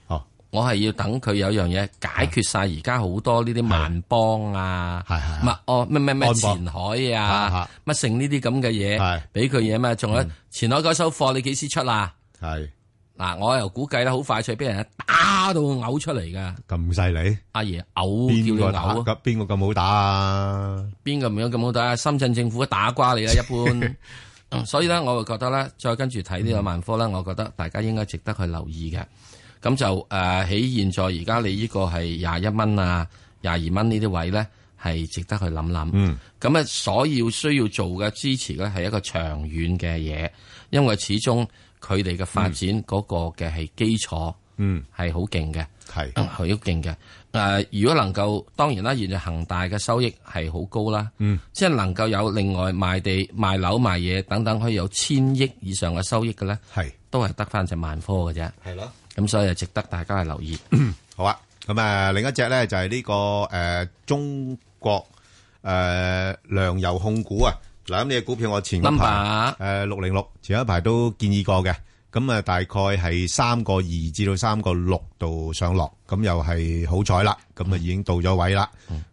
B: 哦，
C: 我係要等佢有樣嘢解決晒而家好多呢啲萬邦啊，係係，乜哦咩咩咩
B: 安
C: 前
B: 邦
C: 海啊，乜剩呢啲咁嘅嘢，俾佢嘢嘛，仲有
B: 嗯
C: 前海嗰手貨你幾時出啊？
B: 係
C: 嗱，我又估計咧，好快脆俾人打到嘔出嚟噶。
B: 咁犀利，
C: 阿爺嘔叫你
B: 邊個打
C: 嘔啊！
B: 咁邊個咁好打啊？
C: 邊個唔樣咁好打啊？深圳政府都打瓜你啦，啊一 般。嗯所以咧，我會覺得咧，再跟住睇呢個萬科咧，我覺得大家應該值得去留意嘅。咁就誒喺、現在而家你呢個係廿一蚊啊、廿二蚊呢啲位咧，係值得去諗諗。
B: 嗯，
C: 咁啊，所要需要做嘅支持咧，係一個長遠嘅嘢，因為始終佢哋嘅發展嗰個嘅係基礎。
B: 嗯，
C: 係好勁嘅，
B: 係
C: 係啊好勁嘅。誒、啊如果能夠，當然啦，現在恒大嘅收益係好高啦，
B: 嗯，
C: 即係能夠有另外賣地、賣樓、賣嘢等等，可以有千億以上嘅收益嘅咧，
B: 係
C: 都係得翻隻萬科嘅啫，
B: 係咯。
C: 咁所以就值得大家去留意。
B: 好啊，咁啊，另一隻咧就係呢、個呃中國诶粮油控股啊，嗱咁呢只股票我前嗰排诶六零六前一排都建議過嘅，咁啊大概係三個二至到三個六度上落，咁又係好彩啦，咁啊已經到咗位啦，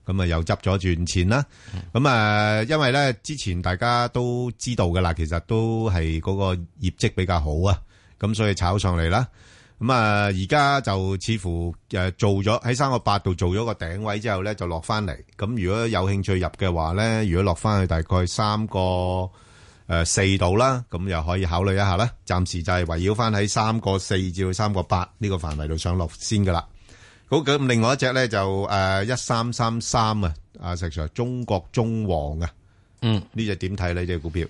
B: 咁啊又執咗轉錢啦，咁啊因為咧之前大家都知道噶啦，其實都係嗰個業績比較好啊，咁所以炒上嚟啦。咁啊，而家就似乎誒做咗喺三個八度做咗個頂位之後咧，就落翻嚟。咁如果有興趣入嘅話咧，如果落翻去大概三個誒四度啦，咁又可以考慮一下啦。暫時就係圍繞翻喺三個四至到三個八呢個範圍度上落先噶啦。好咁，另外一隻咧就誒一三三三啊，阿石 Sir，中國中黃啊，
C: 嗯，
B: 呢隻點睇呢？呢隻股票？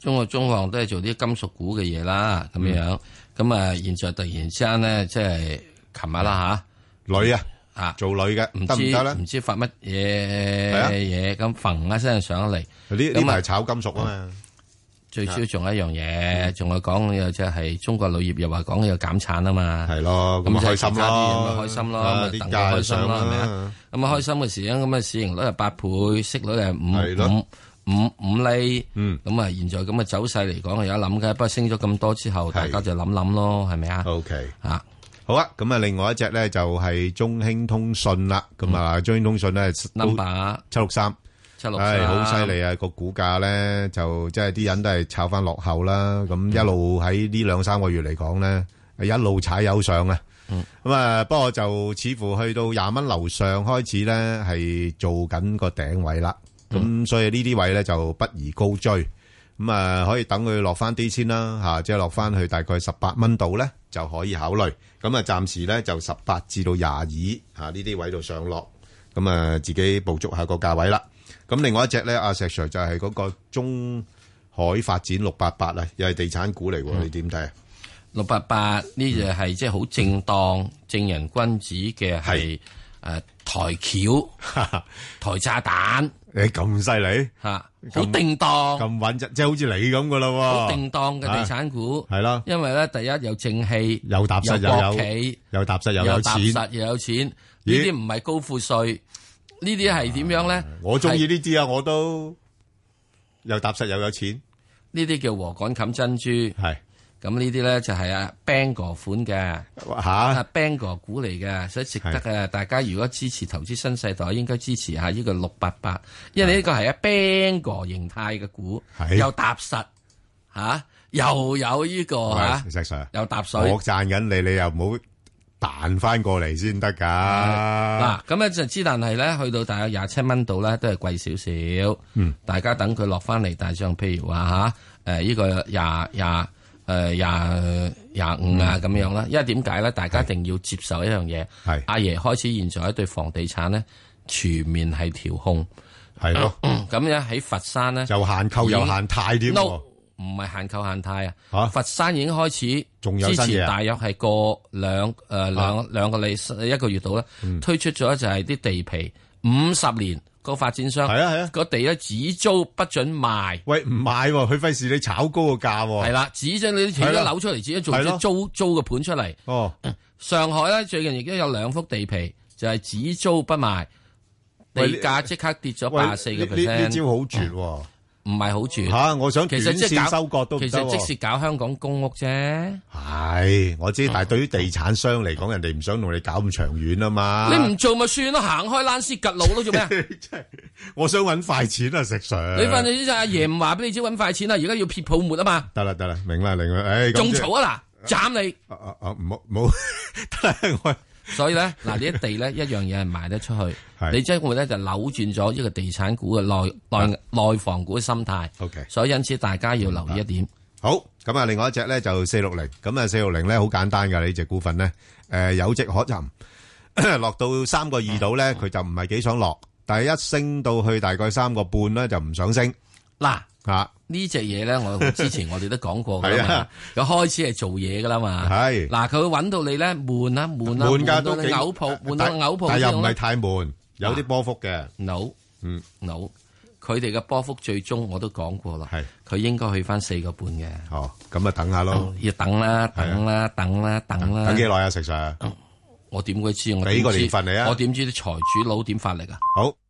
C: 中國中行都係做啲金屬股嘅嘢啦，咁
B: 嗯
C: 樣咁啊，現在突然之間咧，即係琴日啦
B: 吓，女啊，
C: 啊
B: 做女嘅，
C: 唔
B: 得唔得
C: 知
B: 咧
C: 唔知發乜
B: 係啊
C: 嘢嘢咁，揈一聲上嚟。
B: 呢呢
C: 咁啊
B: 排炒金屬啊嘛，
C: 最
B: 啊
C: 主要仲有一樣
B: 嗯
C: 嘢，仲係講有即係中國鋁業又話講要減產啊嘛，
B: 係咯咁啊
C: 就
B: 開心
C: 其他啲嘢咪開
B: 咯
C: 心咯，
B: 啊
C: 咪
B: 啲
C: 等
B: 價
C: 佢
B: 又
C: 開心
B: 上
C: 咯，
B: 啦
C: 係咪啊？咁啊開心嘅時間，咁啊市盈率係八倍，息率係五五五五厘，咁啊現在咁嘅走勢嚟講係有得諗嘅，不過升咗咁多之後，大家就諗諗咯，係咪啊
B: ？OK
C: 啊，
B: 好啊。咁啊，另外一隻咧就係中興通訊啦。咁啊，中興通訊咧
C: number
B: 七六三。
C: 763
B: 唉好犀利啊！個股價咧就即係啲人都係炒翻落後啦。咁一路喺呢兩三個月嚟講咧，係一路踩油上啊。咁啊，不過就似乎去到廿蚊樓上開始咧，係做緊個頂位啦。咁、所以呢啲位咧就不宜高追。咁啊，可以等佢落翻啲先啦，吓、即係落翻去大概十八蚊度咧就可以考慮。咁啊，暫時咧就十八至到廿二吓呢啲位度上落。咁啊，自己捕捉下個價位啦。咁另外一隻咧，阿石 Sir 就係嗰個中海發展六八八啊，又係地產股嚟喎，你點睇啊？
C: 六八八呢
B: 嗯
C: 就係即係好正當正人君子嘅係誒台橋
B: 啊
C: 台炸彈，
B: 你咁犀利
C: 嚇，好定當，
B: 咁穩陣，即係好似你咁噶啦喎，
C: 哦好定當嘅地產股
B: 係啦，
C: 因為咧第一有正氣，
B: 又踏實
C: 國
B: 又有
C: 企，
B: 又踏實又有
C: 踏
B: 錢，
C: 實又有錢，呢啲唔係高富帥，呢啲係點樣咧？
B: 我中意呢啲啊，我都又踏實又有錢，
C: 呢啲叫禾稈冚珍珠，
B: 係
C: 咁呢啲咧就係啊 Bang 哥款
B: 啊
C: 嘅
B: 嚇
C: Bang 哥股嚟嘅，所以值得嘅。大家如果支持投資新世代，應該支持下呢個六八八，因為呢個係啊 Bang 哥形態嘅股，
B: 係
C: 又踏實嚇，又有呢個嚇
B: 喂，石 Sir
C: 又搭水。
B: 我讚緊你，你又唔好彈翻過嚟先得㗎。
C: 嗯嗱，咁咧就知，但係咧去到大約廿七蚊度咧，都係貴少少。
B: 嗯，
C: 大家等佢落翻嚟，大上譬如話啊吓，誒呢個廿廿誒廿廿五啊咁樣啦。因為點解咧？大家一定要接受一樣嘢，
B: 係
C: 阿爺開始現在對房地產咧全面係調控，
B: 係咯。
C: 咁咧喺佛山咧
B: 又限購又限貸添喎
C: 嗯 No，唔係限購限貸啊！
B: 嚇
C: 佛山已經開始，
B: 仲有
C: 之
B: 新嘢
C: 前
B: 啊
C: 大約係過兩誒兩兩個禮一個月度啦，
B: 嗯
C: 推出咗就係啲地皮五十年個發展商
B: 係啊係啊，
C: 個地咧只租不准賣，
B: 喂，唔買喎，佢費事你炒高個價喎。
C: 係啦，只將你啲
B: 哦係啦
C: 樓出嚟，只做
B: 係咯
C: 啲租租嘅盤出嚟。
B: 哦，
C: 上海咧最近亦都有兩幅地皮就係只租不賣，地
B: 喂呢
C: 價即刻跌咗
B: 喂
C: 八十四
B: 呢
C: 個
B: 呢呢
C: percent，
B: 招好絕喎。
C: 唔係好絕
B: 嚇我想
C: 其實即係
B: 短線
C: 搞
B: 收割都唔得
C: 其
B: 喎
C: 實即是嗯搞香港公屋啫。
B: 係，我知，但係對於地產商嚟講，人哋唔想同你搞咁長遠啊嘛。
C: 你唔做咪算咯，行開躝屍趌路咯，做咩啊？
B: 我想揾快錢啊，石 Sir。
C: 你份你就阿爺唔話俾你知揾快錢啦，而家要撇泡沫啊嘛，
B: 得啦得啦，明啦明啦，唉，咁
C: 仲
B: 即係
C: 嘈啊嗱，斬你！
B: 啊啊啊，唔好唔好， 得啦我
C: 所以咧，嗱你啲地 咧一樣嘢係賣得出去，你將會咧就扭轉咗呢個地產股嘅內內內房股嘅心態。
B: 啊 OK，
C: 所以因此大家要留意一點。
B: 好，咁啊，另外一隻咧就四六零，咁啊四六零咧好簡單噶，呢只股份咧，誒、有跡可尋， 落到三個二度咧，佢就唔係幾想落，但係一升到去大概三個半咧就唔想升，
C: 嗱
B: 啊，
C: 呢只嘢咧，我之前我哋都講過㗎
B: 係
C: 啦
B: 啊
C: 嘛，佢開始係做嘢噶啦嘛。
B: 係
C: 嗱，佢會揾到你咧悶啊悶啊，
B: 悶㗎
C: 到
B: 都
C: 你
B: 幾
C: 嘔泡，悶到
B: 但
C: 嘔泡
B: 但
C: 嗰
B: 又
C: 種
B: 唔
C: 咧
B: 係太悶，有啲波幅嘅，
C: no，
B: 嗯
C: ，no，佢哋嘅波幅最終我都講過啦，
B: 係
C: 佢應該去翻四個半嘅，
B: 哦，咁啊等下咯，
C: 要等啦，
B: 係啊
C: 等啦，等啦，等啦，
B: 等幾耐啊，石 Sir？
C: 我點會知？我點
B: 俾個
C: 知
B: 年份你啊
C: 我點知啲財主佬點發力啊？
B: 好。